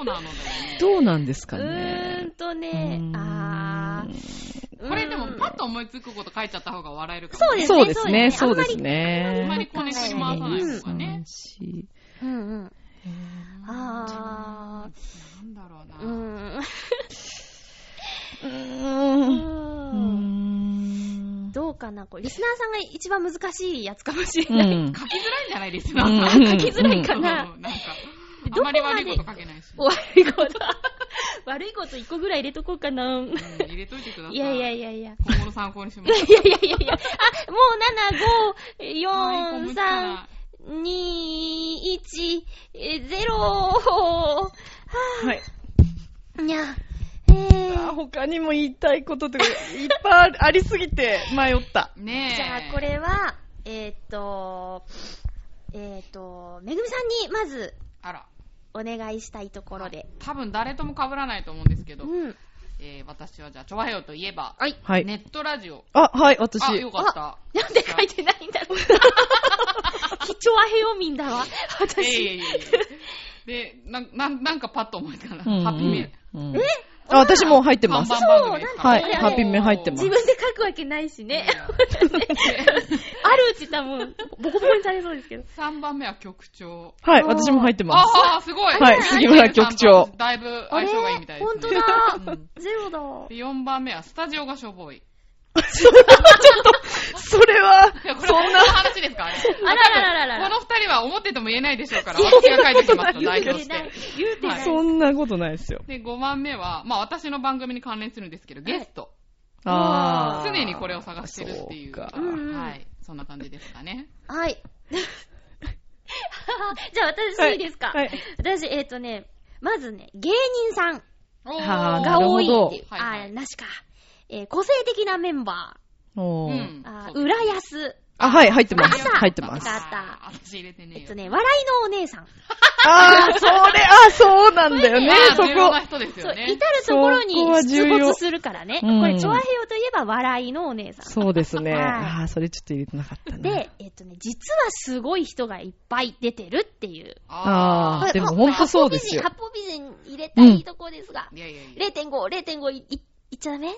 [SPEAKER 4] うなのだろうね。
[SPEAKER 3] どうなんです
[SPEAKER 1] う
[SPEAKER 3] か
[SPEAKER 1] ー
[SPEAKER 3] ね
[SPEAKER 1] ん。と
[SPEAKER 3] うー
[SPEAKER 1] ね、
[SPEAKER 3] ん
[SPEAKER 1] あー、
[SPEAKER 4] これでも
[SPEAKER 1] うーん
[SPEAKER 4] パッと思いつくこと書いちゃった方が笑えるかも。
[SPEAKER 1] そうですね
[SPEAKER 3] そうで
[SPEAKER 1] そ
[SPEAKER 3] すね、そうう
[SPEAKER 1] で
[SPEAKER 3] ですす
[SPEAKER 4] あんまり
[SPEAKER 3] ね。
[SPEAKER 4] こねくり回さない方がね。
[SPEAKER 3] し
[SPEAKER 1] うんうん。あ
[SPEAKER 4] なんだろうな。
[SPEAKER 1] ー、うーん。
[SPEAKER 3] うーん。うーんうん
[SPEAKER 1] どうかなこれ、リスナーさんが一番難しいやつかもし
[SPEAKER 3] う
[SPEAKER 1] れない。
[SPEAKER 3] ん。
[SPEAKER 4] 書きづらいんじゃないですか。
[SPEAKER 3] うん
[SPEAKER 4] なんか
[SPEAKER 1] 書きづらいかな。
[SPEAKER 4] うんなんか、
[SPEAKER 1] ど
[SPEAKER 4] あ
[SPEAKER 1] こま
[SPEAKER 4] んま
[SPEAKER 1] で
[SPEAKER 4] り悪いこと書けないし。
[SPEAKER 1] 悪いこと。悪いこと一個ぐらい入れとこうかな。
[SPEAKER 4] うん入れといてください。
[SPEAKER 1] いやいやいやいや。
[SPEAKER 4] 今後の参考にしま
[SPEAKER 1] いや
[SPEAKER 4] す。
[SPEAKER 1] いやいやいや。あ、もう7、5、4、3、2、1、えゼロは
[SPEAKER 3] はい。
[SPEAKER 1] ぁ、にゃ、えー、
[SPEAKER 3] 他にも言いたいこととか、いっぱいありすぎて迷った。
[SPEAKER 4] ねえ。
[SPEAKER 1] じゃあこれは、えーっと、えーっと、めぐみさんにまず
[SPEAKER 4] あら。
[SPEAKER 1] お願いしたいところで。
[SPEAKER 4] 多分誰とも被らないと思うんですけど、
[SPEAKER 1] うん。
[SPEAKER 4] えー私はじゃあ、チョアヘヨといえば、
[SPEAKER 1] はい。
[SPEAKER 3] はい。
[SPEAKER 4] ネットラジオ。
[SPEAKER 3] あ、はい、私。
[SPEAKER 4] あ、よかった。
[SPEAKER 1] なんで書いてないん だろう。貴重アヘオミンだわ。
[SPEAKER 4] いやいや
[SPEAKER 1] 私。
[SPEAKER 4] いやいや。で、なん、なんなんかパッと思いつかない。
[SPEAKER 3] うんうん
[SPEAKER 4] ハッピーメール。
[SPEAKER 3] うんあ、私もう入ってます
[SPEAKER 4] 看。板番組ですか
[SPEAKER 1] そう
[SPEAKER 4] ら
[SPEAKER 1] なんかねはいハッピ
[SPEAKER 3] ーメール入ってます
[SPEAKER 1] 自分で書くわけないしね。あるうち多分、ボコボコにされそうですけど。
[SPEAKER 4] 3番目は局長。
[SPEAKER 3] はい、私も入ってます。
[SPEAKER 4] ああ、すごい。
[SPEAKER 3] はい杉村局長
[SPEAKER 4] だいぶ
[SPEAKER 1] あ
[SPEAKER 4] 相
[SPEAKER 1] れ
[SPEAKER 4] 性がいいみたいで
[SPEAKER 1] ほん
[SPEAKER 4] す、
[SPEAKER 1] と
[SPEAKER 4] ね。
[SPEAKER 1] だ。
[SPEAKER 4] うん
[SPEAKER 1] ゼロだ。
[SPEAKER 4] で4番目はスタジオがしょぼい。
[SPEAKER 3] それは、
[SPEAKER 4] いや、これ本当の話ですかあれ。
[SPEAKER 1] あららららら
[SPEAKER 4] この二人は思ってても言えないでしょうから、私が書いてきますと代表して。
[SPEAKER 1] 言うてない。
[SPEAKER 3] そんなことないですよ。
[SPEAKER 4] で、5番目は、まあ私の番組に関連するんですけど、ゲスト。
[SPEAKER 3] あ
[SPEAKER 4] 常にこれを探してるっていう。
[SPEAKER 3] そか
[SPEAKER 1] うんうん
[SPEAKER 4] はい。そんな感じですかね。
[SPEAKER 1] はい。じゃあ私いいですか。
[SPEAKER 3] はいはい
[SPEAKER 1] 私、えっ、とね、まずね、芸人さん
[SPEAKER 4] お
[SPEAKER 3] はあ
[SPEAKER 1] が多いっていう。あ
[SPEAKER 4] なるほどはいはい
[SPEAKER 1] ー、なしか。えー個性的なメンバ
[SPEAKER 3] お
[SPEAKER 4] う
[SPEAKER 3] ー
[SPEAKER 4] ん
[SPEAKER 1] ー。あー、
[SPEAKER 4] そう
[SPEAKER 1] 浦安。
[SPEAKER 3] あ、はい、入ってます。
[SPEAKER 1] あ
[SPEAKER 3] 入ってます。
[SPEAKER 1] あ
[SPEAKER 4] あー私入れてねえ
[SPEAKER 1] え
[SPEAKER 4] よ
[SPEAKER 1] っとね、笑いのお姉さん。
[SPEAKER 3] あー、それ、あ、そうなんだよね
[SPEAKER 4] ま、あ
[SPEAKER 3] そ
[SPEAKER 4] 重要な
[SPEAKER 3] こ。
[SPEAKER 4] 人で
[SPEAKER 1] そ
[SPEAKER 4] す
[SPEAKER 1] う、至
[SPEAKER 4] よね。
[SPEAKER 1] るところに
[SPEAKER 3] そこは重
[SPEAKER 1] 出
[SPEAKER 3] 要
[SPEAKER 1] 没するからね。
[SPEAKER 3] うん
[SPEAKER 1] これ、チョアヘヨといえば笑いのお姉さん。
[SPEAKER 3] そうですね。
[SPEAKER 1] はい
[SPEAKER 3] あー、それちょっと入れてなかったね。
[SPEAKER 1] で、えっとね、実はすごい人がいっぱい出てるっていう。
[SPEAKER 3] あー、でもほんとそうですよ
[SPEAKER 1] ハ。ポ美人入れたいいとこですが、
[SPEAKER 4] いやいやいや。
[SPEAKER 1] 0.5、0.5い、い、いっちゃダメ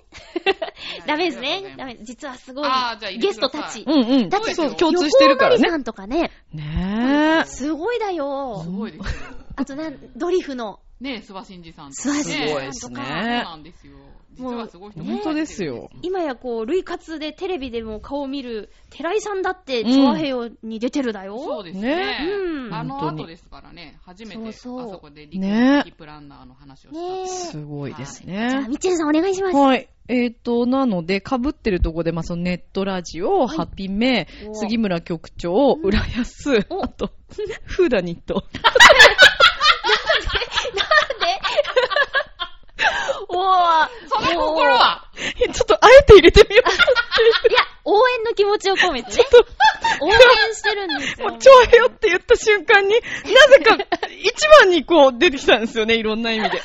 [SPEAKER 1] ダメですね。ダメ。実はすごい
[SPEAKER 4] あーじゃあ入れて
[SPEAKER 1] ゲストたち
[SPEAKER 4] く
[SPEAKER 3] う。んうん。
[SPEAKER 1] だって
[SPEAKER 3] そう、共通してるから
[SPEAKER 1] 横尾真理
[SPEAKER 3] ね
[SPEAKER 1] さ。んとかね、
[SPEAKER 3] ねえ。
[SPEAKER 1] すごいだよ
[SPEAKER 4] す。ごいですよ。
[SPEAKER 1] あとなん、ドリフの、
[SPEAKER 4] ねえ、諏訪新司さんと
[SPEAKER 1] 諏
[SPEAKER 4] か
[SPEAKER 1] 訪
[SPEAKER 4] ね。
[SPEAKER 1] 新
[SPEAKER 3] す
[SPEAKER 1] 司さんと
[SPEAKER 3] ごいです
[SPEAKER 1] か
[SPEAKER 4] そう
[SPEAKER 3] ね。
[SPEAKER 4] なんですよ。実はすごい人
[SPEAKER 1] もう
[SPEAKER 4] も
[SPEAKER 3] 本当ですよ。
[SPEAKER 1] 今やこう、類活でテレビでも顔を見る、寺井さんだって、チョアヘヨに出てるだよ。
[SPEAKER 4] そうです
[SPEAKER 3] ね
[SPEAKER 4] ね。
[SPEAKER 1] うん
[SPEAKER 4] あの
[SPEAKER 3] 本当
[SPEAKER 4] 後
[SPEAKER 3] に
[SPEAKER 4] ですからね、初めて
[SPEAKER 1] そう
[SPEAKER 4] あ
[SPEAKER 1] そう
[SPEAKER 4] そこでリ
[SPEAKER 3] ね
[SPEAKER 4] ッキープランナーの話をしたんです
[SPEAKER 1] ね
[SPEAKER 3] すごいです
[SPEAKER 1] じゃあ、
[SPEAKER 3] ね。
[SPEAKER 1] みっちゃんさんお願いします。
[SPEAKER 3] はい。えっ、と、なので、被ってるとこで、まあ、そのネットラジオ、ハピメ、
[SPEAKER 1] お
[SPEAKER 3] 杉村局長、浦安、あと、フーダニット。
[SPEAKER 1] おー
[SPEAKER 4] その心は、
[SPEAKER 3] ちょっと、あえて入れてみよう
[SPEAKER 1] いや、応援の気持ちを込めてね。応援してるんですよ。
[SPEAKER 3] もう、超へよって言った瞬間に、なぜか、一番にこう、出てきたんですよね、いろんな意味で。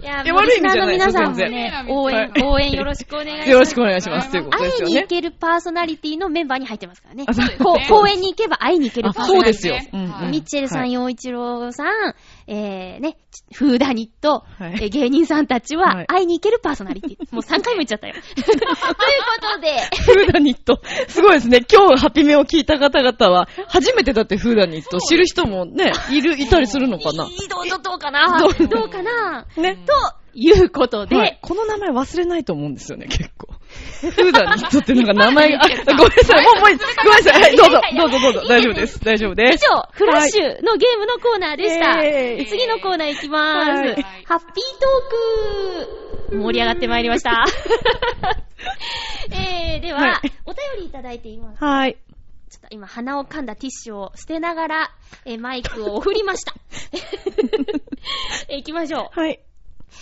[SPEAKER 1] いや、
[SPEAKER 3] いや
[SPEAKER 1] もうリ
[SPEAKER 3] 悪い
[SPEAKER 1] ス
[SPEAKER 3] 意味
[SPEAKER 1] ナー
[SPEAKER 3] じゃ
[SPEAKER 1] の
[SPEAKER 3] ない
[SPEAKER 1] 皆さんも
[SPEAKER 3] 全
[SPEAKER 1] ね
[SPEAKER 4] 然、
[SPEAKER 1] 応援、
[SPEAKER 3] はい
[SPEAKER 1] 応援よろしくお願いします。
[SPEAKER 3] よろしくお願いします、ということです
[SPEAKER 1] 会い
[SPEAKER 3] よ
[SPEAKER 1] に行
[SPEAKER 3] ね。
[SPEAKER 1] けるパーソナリティのメンバーに入ってますからね。
[SPEAKER 3] あそう
[SPEAKER 1] こ
[SPEAKER 4] そう
[SPEAKER 1] う公演に行けば会いに行ける
[SPEAKER 3] あ、
[SPEAKER 1] パーソ
[SPEAKER 3] そ
[SPEAKER 1] ナ
[SPEAKER 3] うで
[SPEAKER 1] リテ
[SPEAKER 3] すよ。
[SPEAKER 4] は
[SPEAKER 1] ィ。
[SPEAKER 4] い
[SPEAKER 1] ミッチェルさ
[SPEAKER 3] は
[SPEAKER 1] ん、
[SPEAKER 3] い
[SPEAKER 1] 洋一郎さん、えー、ね、フーダニット、
[SPEAKER 3] はい
[SPEAKER 1] えー芸人さんたち
[SPEAKER 3] は
[SPEAKER 1] はい会いに行けるパーソナリティ。 もう3回も言っちゃったよ。ということで、
[SPEAKER 3] フーダニット。すごいですね。今日、ハピメを聞いた方々は、初めてだってフーダニット知る人もね、いる、いたりするのかな。
[SPEAKER 1] いいどうぞどうかなど
[SPEAKER 3] ど
[SPEAKER 1] う
[SPEAKER 3] う
[SPEAKER 1] かな
[SPEAKER 3] ね。
[SPEAKER 1] ということで、
[SPEAKER 3] はいこの名前忘れないと思うんですよね、結 構。フーダニットってなんか名前が、あごめんなさい、もう、もう、ごめんなさい、はい、どうぞ、どうぞ、どうぞ、大丈夫です、大丈夫
[SPEAKER 1] 以
[SPEAKER 3] です。
[SPEAKER 1] 上、フラッシュのゲームのコーナーでした。
[SPEAKER 3] イェーイ
[SPEAKER 1] 次のコーナーいきま
[SPEAKER 3] は
[SPEAKER 1] ーす。ハッピ
[SPEAKER 3] い
[SPEAKER 1] ートーク盛り上がってまいりました。えー、では、
[SPEAKER 3] はい
[SPEAKER 1] お便りいただいています。
[SPEAKER 3] はい。
[SPEAKER 1] ちょっと今、鼻を噛んだティッシュを捨てながら、えーマイクを振りました。えー行きましょう。
[SPEAKER 3] はい。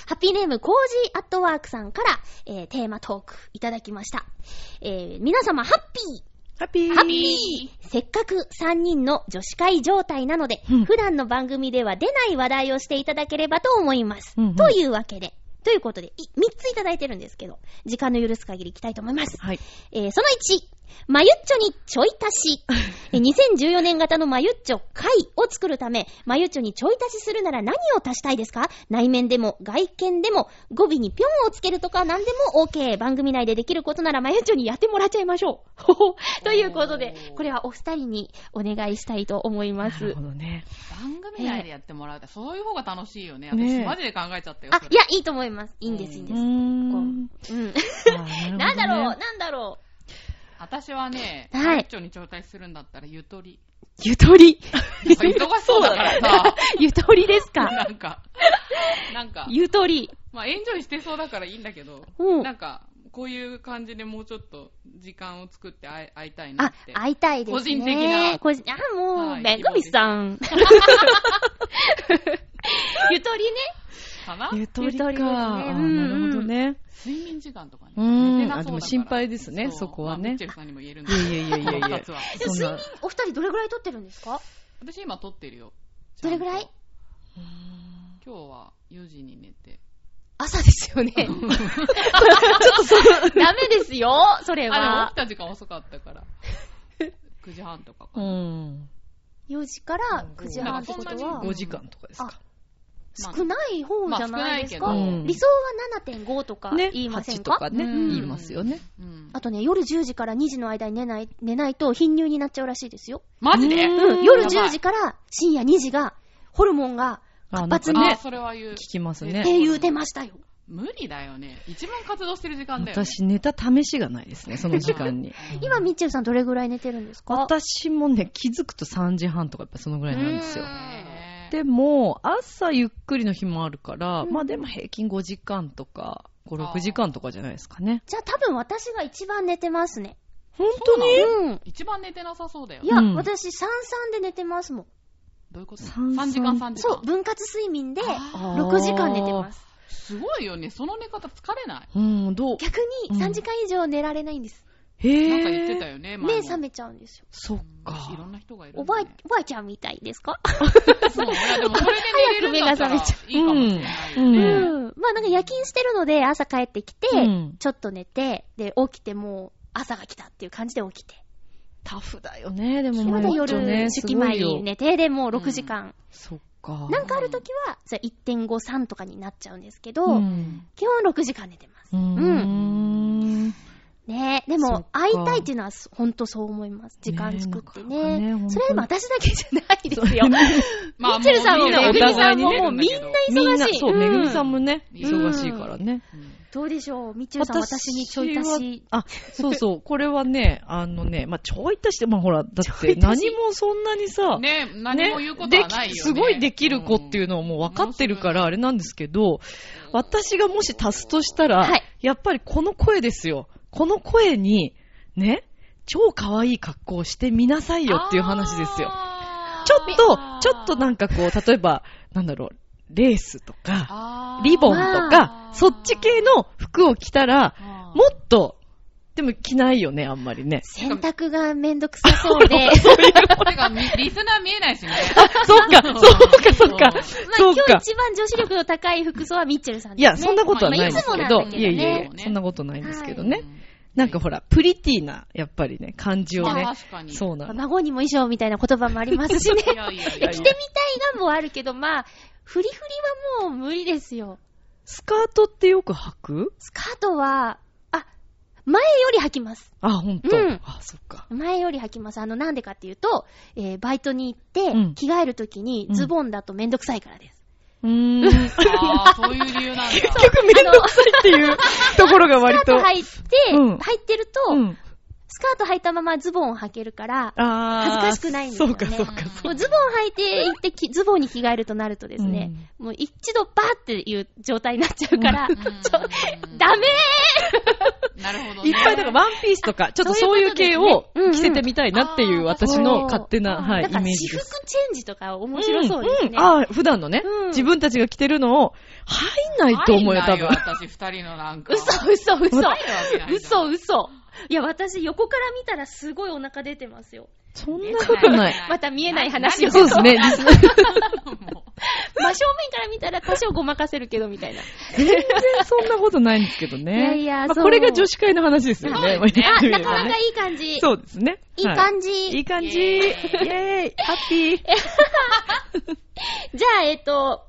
[SPEAKER 1] ハッピーネーム、コージーアットワークさんから、えーテーマトークいただきました。えー皆様、ハッピー
[SPEAKER 3] ハッピー。
[SPEAKER 1] ハッピーせっかく3人の女子会状態なので、
[SPEAKER 3] うん
[SPEAKER 1] 普段の番組では出ない話題をしていただければと思います。
[SPEAKER 3] うんうん
[SPEAKER 1] というわけで、ということで、い3ついただいてるんですけど、時間の許す限りいきたいと思います。
[SPEAKER 3] はい。
[SPEAKER 1] えーその1、マユッチョにちょい足 し。えー2014年型のマユッチョ会を作るため、マユッチョにちょい足しするなら何を足したいですか内面でも外見でも語尾にピョンをつけるとか何でも OK。番組内でできることならマユッチョにやってもらっちゃいましょう。ほ ほということで、これはお二人にお願いしたいと思い
[SPEAKER 3] な
[SPEAKER 1] ま
[SPEAKER 3] る
[SPEAKER 1] す
[SPEAKER 3] ほ。どね。
[SPEAKER 4] 番組内でやってもらうって、そういう方が楽しいよね。
[SPEAKER 3] ね
[SPEAKER 4] 私、
[SPEAKER 3] え
[SPEAKER 4] マジで考えちゃったよ。
[SPEAKER 1] あ
[SPEAKER 4] それ、
[SPEAKER 1] いや、いいと思います。いいんです、いいん
[SPEAKER 3] う
[SPEAKER 1] で
[SPEAKER 3] ー
[SPEAKER 1] す。
[SPEAKER 3] ん。
[SPEAKER 1] うん。
[SPEAKER 3] あー
[SPEAKER 1] なんだろう、
[SPEAKER 3] なるほどね
[SPEAKER 1] なんだろう。
[SPEAKER 4] 私はね、
[SPEAKER 1] はい
[SPEAKER 4] 一丁に頂戴するんだったらゆとり。
[SPEAKER 1] ゆとり。
[SPEAKER 4] やっぱ忙しそう だからさ、
[SPEAKER 1] ゆとりですか。
[SPEAKER 4] なんか、なんか、
[SPEAKER 1] ゆとり。
[SPEAKER 4] まあエンジョイしてそうだからいいんだけど、
[SPEAKER 1] うん
[SPEAKER 4] なんか、こういう感じでもうちょっと時間を作って会い会いたいな
[SPEAKER 1] あ
[SPEAKER 4] っ、て。
[SPEAKER 1] 会いたいですね。
[SPEAKER 4] 個人的な
[SPEAKER 1] 個人、あ、も
[SPEAKER 4] は
[SPEAKER 1] う、
[SPEAKER 4] い
[SPEAKER 1] めぐみさん。 ゆとりね。
[SPEAKER 4] かな
[SPEAKER 3] ゆとりか。
[SPEAKER 1] ゆとりですね
[SPEAKER 3] あー
[SPEAKER 1] うん
[SPEAKER 3] なるほどね。
[SPEAKER 4] 睡眠時間とかに。
[SPEAKER 3] うん
[SPEAKER 4] 寝てなそうだから
[SPEAKER 3] あでも心配ですねそこはね
[SPEAKER 4] まあミッチェルさんにも言えるんだけど
[SPEAKER 3] いやいやいやいや
[SPEAKER 4] この二つは
[SPEAKER 1] でも
[SPEAKER 3] そん
[SPEAKER 1] 睡
[SPEAKER 3] な
[SPEAKER 1] 眠、お二人どれぐらいとってるんですか
[SPEAKER 4] 私今撮って るよ。
[SPEAKER 1] どれぐらい
[SPEAKER 4] ちゃんと今日は4時に寝て。
[SPEAKER 1] 朝ですよね。 ちょっとそれ。ダメですよ、それ
[SPEAKER 4] あ、でも起
[SPEAKER 1] は
[SPEAKER 4] き。た時間遅かっ たから。9時半とかか
[SPEAKER 3] う
[SPEAKER 4] な。
[SPEAKER 3] ん。
[SPEAKER 1] 4時から9時半ってこと
[SPEAKER 4] だからそんな
[SPEAKER 1] は
[SPEAKER 4] に、
[SPEAKER 3] 5時間とかですか。
[SPEAKER 4] まあ
[SPEAKER 1] 少ない方じゃないですか、
[SPEAKER 4] まあ
[SPEAKER 3] 少ないけどうん
[SPEAKER 1] 理想は7.5とか
[SPEAKER 3] ね。
[SPEAKER 1] 言いません
[SPEAKER 3] 8
[SPEAKER 1] か
[SPEAKER 3] とかね。
[SPEAKER 4] うん
[SPEAKER 3] 言いますよね。
[SPEAKER 4] うん
[SPEAKER 1] あとね、夜10時から2時の間に寝ない、寝ないと貧乳になっちゃうらしいですよ。
[SPEAKER 4] マジで
[SPEAKER 3] うん
[SPEAKER 1] うん、夜
[SPEAKER 4] やば
[SPEAKER 1] 10
[SPEAKER 4] い
[SPEAKER 1] 時から深夜2時が、ホルモンが活発に
[SPEAKER 3] あなん
[SPEAKER 4] あ、
[SPEAKER 3] か
[SPEAKER 4] それは言う。
[SPEAKER 3] 聞きます
[SPEAKER 1] っ
[SPEAKER 3] ね
[SPEAKER 1] て言うてましたよ。
[SPEAKER 4] 無理だよね。一番活動してる時間だよね。
[SPEAKER 3] 私寝た試しがないですね、その時 間に。
[SPEAKER 1] 今、ミッチェルさんどれぐらい寝てるんですか
[SPEAKER 3] 私もね、気づくと3時半とかやっぱそのぐらいなんですよ
[SPEAKER 1] う。
[SPEAKER 4] ねえ
[SPEAKER 3] でも、朝ゆっくりの日もあるから、
[SPEAKER 1] うん
[SPEAKER 3] まあでも平均5時間とか、5、
[SPEAKER 4] あ
[SPEAKER 3] 6
[SPEAKER 4] ー
[SPEAKER 3] 時間とかじゃないですかね。
[SPEAKER 1] じゃあ多分私が一番寝てますね。
[SPEAKER 3] 本
[SPEAKER 4] 当に
[SPEAKER 1] うん。
[SPEAKER 4] 一番寝てなさそうだよ
[SPEAKER 1] い。や、
[SPEAKER 3] うん
[SPEAKER 1] 私33で寝てますもん。
[SPEAKER 4] どういうこと
[SPEAKER 3] 三
[SPEAKER 4] ?3 時間3時間。
[SPEAKER 1] そう、分割睡眠で
[SPEAKER 4] あ
[SPEAKER 3] あー
[SPEAKER 1] 6時間寝てます。
[SPEAKER 4] すごいよね。その寝方疲れない。
[SPEAKER 3] うん、どう
[SPEAKER 1] 逆に
[SPEAKER 3] うん
[SPEAKER 1] 3時間以上寝られないんです。
[SPEAKER 3] へぇ
[SPEAKER 4] なんか言ってたよね、前
[SPEAKER 1] 目
[SPEAKER 4] も
[SPEAKER 1] 覚めちゃうんですよ。
[SPEAKER 3] そっ
[SPEAKER 4] い
[SPEAKER 3] か。
[SPEAKER 4] ろんな人がいる
[SPEAKER 1] お
[SPEAKER 4] んだ
[SPEAKER 1] ばあ
[SPEAKER 4] ね、、
[SPEAKER 1] おばあちゃんみたいですか
[SPEAKER 4] そう、いやでもそれで寝れるんだったらいい
[SPEAKER 1] 早く
[SPEAKER 4] かもしれないよ
[SPEAKER 1] う
[SPEAKER 3] うん
[SPEAKER 4] ね。
[SPEAKER 1] ん。まあなんか夜勤してるので朝帰ってきて、
[SPEAKER 3] うん
[SPEAKER 1] ちょっと寝て、で起きてもう朝が来たっていう感じで起きて。
[SPEAKER 3] タフだよね、でも
[SPEAKER 1] ま
[SPEAKER 3] も
[SPEAKER 1] だ
[SPEAKER 3] うちょっとね、
[SPEAKER 1] 夜、
[SPEAKER 3] す
[SPEAKER 1] 式
[SPEAKER 3] ご
[SPEAKER 1] 前
[SPEAKER 3] いよ
[SPEAKER 1] に寝て、でもう6時間。
[SPEAKER 3] そっか。
[SPEAKER 1] なんかある時は、それ1.5、3とかになっちゃうんですけど、
[SPEAKER 3] うん
[SPEAKER 1] 基本6時間寝てます
[SPEAKER 3] う。ーん。
[SPEAKER 1] ねえ、で
[SPEAKER 3] そっ
[SPEAKER 1] も
[SPEAKER 3] か
[SPEAKER 1] 会いたいっていうのはほんとそう思います。時間作って
[SPEAKER 3] ねえなかなかね
[SPEAKER 1] ね。
[SPEAKER 3] ほんと
[SPEAKER 1] それはでも私だけじゃないですよ。
[SPEAKER 4] まあ
[SPEAKER 1] ミッチェルさんも
[SPEAKER 4] みんな
[SPEAKER 1] め
[SPEAKER 4] お
[SPEAKER 1] ぐみさ
[SPEAKER 4] 互い
[SPEAKER 1] ん
[SPEAKER 4] に
[SPEAKER 1] も
[SPEAKER 4] ね
[SPEAKER 1] もうみんな
[SPEAKER 3] みん
[SPEAKER 1] 忙
[SPEAKER 3] な、
[SPEAKER 1] しい。
[SPEAKER 3] そう、めぐみさ
[SPEAKER 1] うん
[SPEAKER 3] もね、
[SPEAKER 4] うん
[SPEAKER 3] 忙しいからね。
[SPEAKER 4] うん
[SPEAKER 1] どうでしょうみっちゅうさん、私にちょい足し。
[SPEAKER 3] は。あ、そうそう。 これはね、あのね、まあ、ちょい足しって、まあ、ほら、だっ
[SPEAKER 1] ちょい
[SPEAKER 3] て
[SPEAKER 1] 足し
[SPEAKER 3] 何もそんなにさ、
[SPEAKER 4] ね、何も言うことはない
[SPEAKER 3] で
[SPEAKER 4] よね。
[SPEAKER 3] きすごいできる子っていうのはもう分かってるから、あれなんですけど、私がもし足すとしたら、
[SPEAKER 1] はい
[SPEAKER 3] やっぱりこの声ですよ。この声に、ね、超可愛い格好をしてみなさいよっていう話ですよ。
[SPEAKER 4] あー。
[SPEAKER 3] ちょっと、ちょっとなんかこう、例えば、なんだろう、レースとか、
[SPEAKER 4] あー
[SPEAKER 3] リボンと
[SPEAKER 4] あ
[SPEAKER 3] か
[SPEAKER 4] ー、
[SPEAKER 3] そっち系の服を着たら、
[SPEAKER 4] あー
[SPEAKER 3] もっと、でも着ないよね、あんま りね。
[SPEAKER 1] 洗濯がめんどくさそうで。
[SPEAKER 4] てか、みリスナー見えないしね。
[SPEAKER 3] そっか、そうか、そうか
[SPEAKER 4] うん、
[SPEAKER 1] まあ
[SPEAKER 3] そ
[SPEAKER 1] 今
[SPEAKER 3] う
[SPEAKER 1] 日
[SPEAKER 3] か。
[SPEAKER 1] 一番女子力の高い服装はミッチェルさん
[SPEAKER 3] い
[SPEAKER 1] ですね。
[SPEAKER 3] や、そんなことはないんですけど、
[SPEAKER 1] まあいつもなんだけどね
[SPEAKER 3] いやいやいや
[SPEAKER 4] そう、ね
[SPEAKER 3] そんなことないんですけど
[SPEAKER 4] う
[SPEAKER 3] ね
[SPEAKER 4] ん。。
[SPEAKER 3] なんかほら、プリティな、やっぱりね、感じを
[SPEAKER 4] まあ
[SPEAKER 3] ね。
[SPEAKER 4] 確かに。
[SPEAKER 3] そうなの。
[SPEAKER 1] 孫にも衣装みたいな言葉もありますしね。
[SPEAKER 4] いやいやい
[SPEAKER 1] で
[SPEAKER 4] や
[SPEAKER 1] 着
[SPEAKER 4] い
[SPEAKER 1] て
[SPEAKER 4] や
[SPEAKER 1] みたいがもうあるけど、まあ、フリフリはもう無理ですよ。
[SPEAKER 3] スカートってよく履く
[SPEAKER 1] スカートは、あ、前より履きます。
[SPEAKER 3] あ、ほんと
[SPEAKER 1] うん。
[SPEAKER 3] あ、そっか。
[SPEAKER 1] 前より履きます。あの、なんでかっていうと、えーバイトに行って、
[SPEAKER 3] うん
[SPEAKER 1] 着替えるときに
[SPEAKER 3] うん
[SPEAKER 1] ズボンだとめんどくさいからです。
[SPEAKER 3] うーん。結
[SPEAKER 4] あーそういう理由 なんだ。
[SPEAKER 3] 局めんどくさいっていうところが割
[SPEAKER 1] スカ
[SPEAKER 3] と
[SPEAKER 1] ート。履いて、
[SPEAKER 3] うん
[SPEAKER 1] 履いてると、
[SPEAKER 3] うん。
[SPEAKER 1] スカート履いたままズボンを履けるから、
[SPEAKER 3] あー
[SPEAKER 1] 恥ずかしくないんですよね
[SPEAKER 3] そうか、そうか、そ
[SPEAKER 1] も
[SPEAKER 3] う
[SPEAKER 1] う
[SPEAKER 3] か。
[SPEAKER 1] ズボン履いて行ってき、ズボンに着替えるとなるとですね、もう一度バーっていう状態になっちゃうから、
[SPEAKER 4] ん
[SPEAKER 1] ちょ、ダメ
[SPEAKER 4] なるほどね。
[SPEAKER 3] いっぱい、だからワンピースとか、ちょっとそういう系
[SPEAKER 1] そういう
[SPEAKER 3] を
[SPEAKER 1] ことですねうんうん
[SPEAKER 3] 着せてみたいなっていう私の勝手
[SPEAKER 1] そ
[SPEAKER 3] な、
[SPEAKER 1] う
[SPEAKER 3] はい、イ
[SPEAKER 1] だから
[SPEAKER 3] メージ
[SPEAKER 1] 私
[SPEAKER 3] です。
[SPEAKER 1] 服チェンジとか面白そうですね。
[SPEAKER 3] んんああ、普段のね、
[SPEAKER 1] うん
[SPEAKER 3] 自分たちが着てるのを入んないと思うよ、多分。
[SPEAKER 4] 私二人のなんか。
[SPEAKER 1] 嘘嘘嘘
[SPEAKER 4] 入るわけないじゃ
[SPEAKER 1] 嘘
[SPEAKER 4] ん
[SPEAKER 1] 嘘いや、私横から見たらすごいお腹出てますよ。
[SPEAKER 3] そんなことない。
[SPEAKER 1] また見えない話を。
[SPEAKER 3] そうです ね。
[SPEAKER 4] も
[SPEAKER 1] 真正面から見たら多少ごまかせるけどみたいな。
[SPEAKER 3] 全然そんなことないんですけどね。
[SPEAKER 1] いやいや
[SPEAKER 3] まあ
[SPEAKER 1] そう
[SPEAKER 3] これが女子会の話ですよね。
[SPEAKER 4] そうです
[SPEAKER 3] ま
[SPEAKER 4] ね
[SPEAKER 3] あ
[SPEAKER 1] あ、
[SPEAKER 3] 言ってみ
[SPEAKER 1] な
[SPEAKER 3] れ
[SPEAKER 1] か
[SPEAKER 3] ば
[SPEAKER 1] な
[SPEAKER 3] ね
[SPEAKER 1] かいい感じ。
[SPEAKER 3] そうですね。
[SPEAKER 1] いい
[SPEAKER 3] は
[SPEAKER 1] 感じ。
[SPEAKER 3] いいい感じ。イ
[SPEAKER 4] イエ
[SPEAKER 3] ェーイ。ハッピー。
[SPEAKER 1] じゃあ、えっと、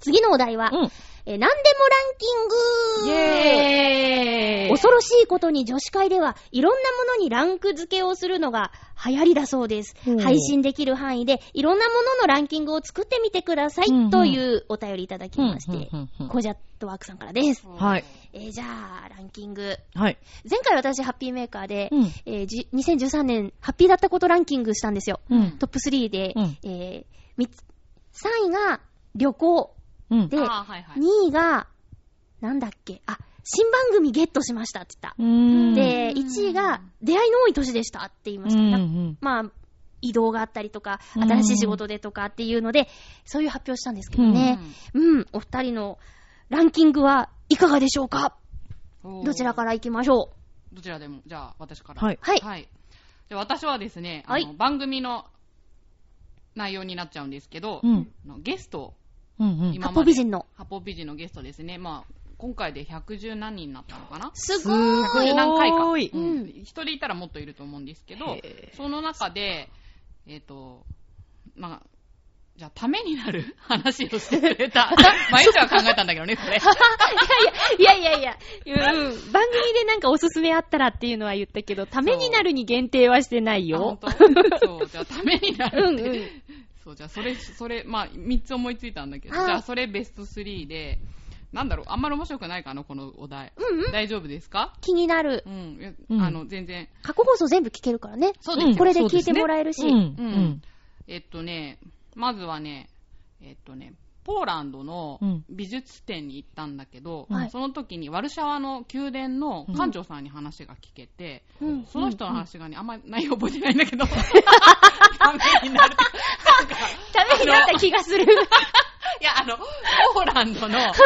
[SPEAKER 1] 次のお題は、
[SPEAKER 3] うん。
[SPEAKER 2] えー、なんでもラ
[SPEAKER 1] イ
[SPEAKER 2] ンキング
[SPEAKER 1] ェーイ
[SPEAKER 2] 恐ろしいことに女子会ではいろんなものにランク付けをするのが流行りだそうです
[SPEAKER 3] ほう。
[SPEAKER 2] 配信できる範囲でいろんなもののランキングを作ってみてください、
[SPEAKER 3] うんうん
[SPEAKER 2] というお便りいただきまし
[SPEAKER 3] うん
[SPEAKER 2] て
[SPEAKER 3] う、んうんうん
[SPEAKER 2] コジャットワークさんからです。
[SPEAKER 3] はい。
[SPEAKER 2] えーじゃあ、ランキング。
[SPEAKER 3] はい。
[SPEAKER 2] 前回私ハッピーメーカーで、
[SPEAKER 3] うん
[SPEAKER 2] えーじ2013年ハッピーだったことランキングしたんですよ。
[SPEAKER 3] うん
[SPEAKER 2] トップ3で、
[SPEAKER 3] うん
[SPEAKER 2] えー、3つ、3位が旅行、
[SPEAKER 3] うん。
[SPEAKER 2] で
[SPEAKER 4] ああ、はいはい。
[SPEAKER 2] 2位が、なんだっけ、あ、新番組ゲットしましたって言った。
[SPEAKER 3] うん
[SPEAKER 2] で、
[SPEAKER 4] うん
[SPEAKER 2] 1位が、出会いの多い年でしたって言いました。
[SPEAKER 3] うん
[SPEAKER 2] な
[SPEAKER 3] うん
[SPEAKER 2] まあ、移動があったりとか、
[SPEAKER 3] うん
[SPEAKER 2] 新しい仕事でとかっていうので、そういう発表したんですけどね。うん、お二人のランキングはいかがでしょうか
[SPEAKER 4] うん
[SPEAKER 2] どちらからら行きましょ
[SPEAKER 4] どちらでも。じゃあ、私から。
[SPEAKER 3] はい
[SPEAKER 2] はい
[SPEAKER 4] じゃあ私はですね、あ
[SPEAKER 2] は
[SPEAKER 4] の番組の内容になっちゃうんですけど、
[SPEAKER 3] うん
[SPEAKER 4] あのゲストを
[SPEAKER 3] うんうん
[SPEAKER 2] う
[SPEAKER 4] 今
[SPEAKER 2] 八方
[SPEAKER 4] まで
[SPEAKER 2] 美人の。
[SPEAKER 4] 八方美人のゲストですね。まあ、今回で110何人になったのかな
[SPEAKER 2] す
[SPEAKER 3] す
[SPEAKER 2] ごーい。
[SPEAKER 3] ごい
[SPEAKER 4] 110何回か。
[SPEAKER 3] う
[SPEAKER 4] うんん
[SPEAKER 2] うん
[SPEAKER 4] 一人いたらもっといると思うんですけど
[SPEAKER 3] へ、
[SPEAKER 4] その中で、えっ、と、まあ、じゃあ、ためになる 話をしてくれた。まあ、ゆちゃんは考えたんだけどね、それ。
[SPEAKER 1] いやいやいやいや、うん、番組でなんかおすすめあったらっていうのは言ったけど、ためになるに限定はしてない
[SPEAKER 4] あ本
[SPEAKER 1] よ。
[SPEAKER 4] 当そう、じゃあ、ためにな
[SPEAKER 1] う
[SPEAKER 4] る
[SPEAKER 1] ん
[SPEAKER 4] って。
[SPEAKER 1] うん。
[SPEAKER 4] そう、じゃあ、それ、それ、まあ、3つ思いついたんだけど、
[SPEAKER 2] はい
[SPEAKER 4] じゃあ、それベスト3で、なんだろう、あんまり面白くないかな、このお題。
[SPEAKER 2] うんうん。
[SPEAKER 4] 大丈夫ですか
[SPEAKER 2] 気になる。
[SPEAKER 4] うんいや
[SPEAKER 3] うん
[SPEAKER 4] あの、全然。
[SPEAKER 2] 過去放送全部聞けるからね。
[SPEAKER 4] そう
[SPEAKER 3] で
[SPEAKER 4] ですす
[SPEAKER 3] よ
[SPEAKER 4] よ。
[SPEAKER 2] これで聞いてもらえるし。
[SPEAKER 3] うん
[SPEAKER 4] う
[SPEAKER 3] うん
[SPEAKER 4] ん。えっとね、まずはね、えっとね、ポーランドの
[SPEAKER 3] うん
[SPEAKER 4] 美術展に行ったんだけど、
[SPEAKER 2] はい
[SPEAKER 4] その時にワルシャワの宮殿の館長さんに話が聞けて、
[SPEAKER 2] うん
[SPEAKER 4] その人の話がね、あんまり内容覚えてないん だけど、ためになる。
[SPEAKER 1] ためになった気がする。
[SPEAKER 4] いや、あの、ポーランドの、なんて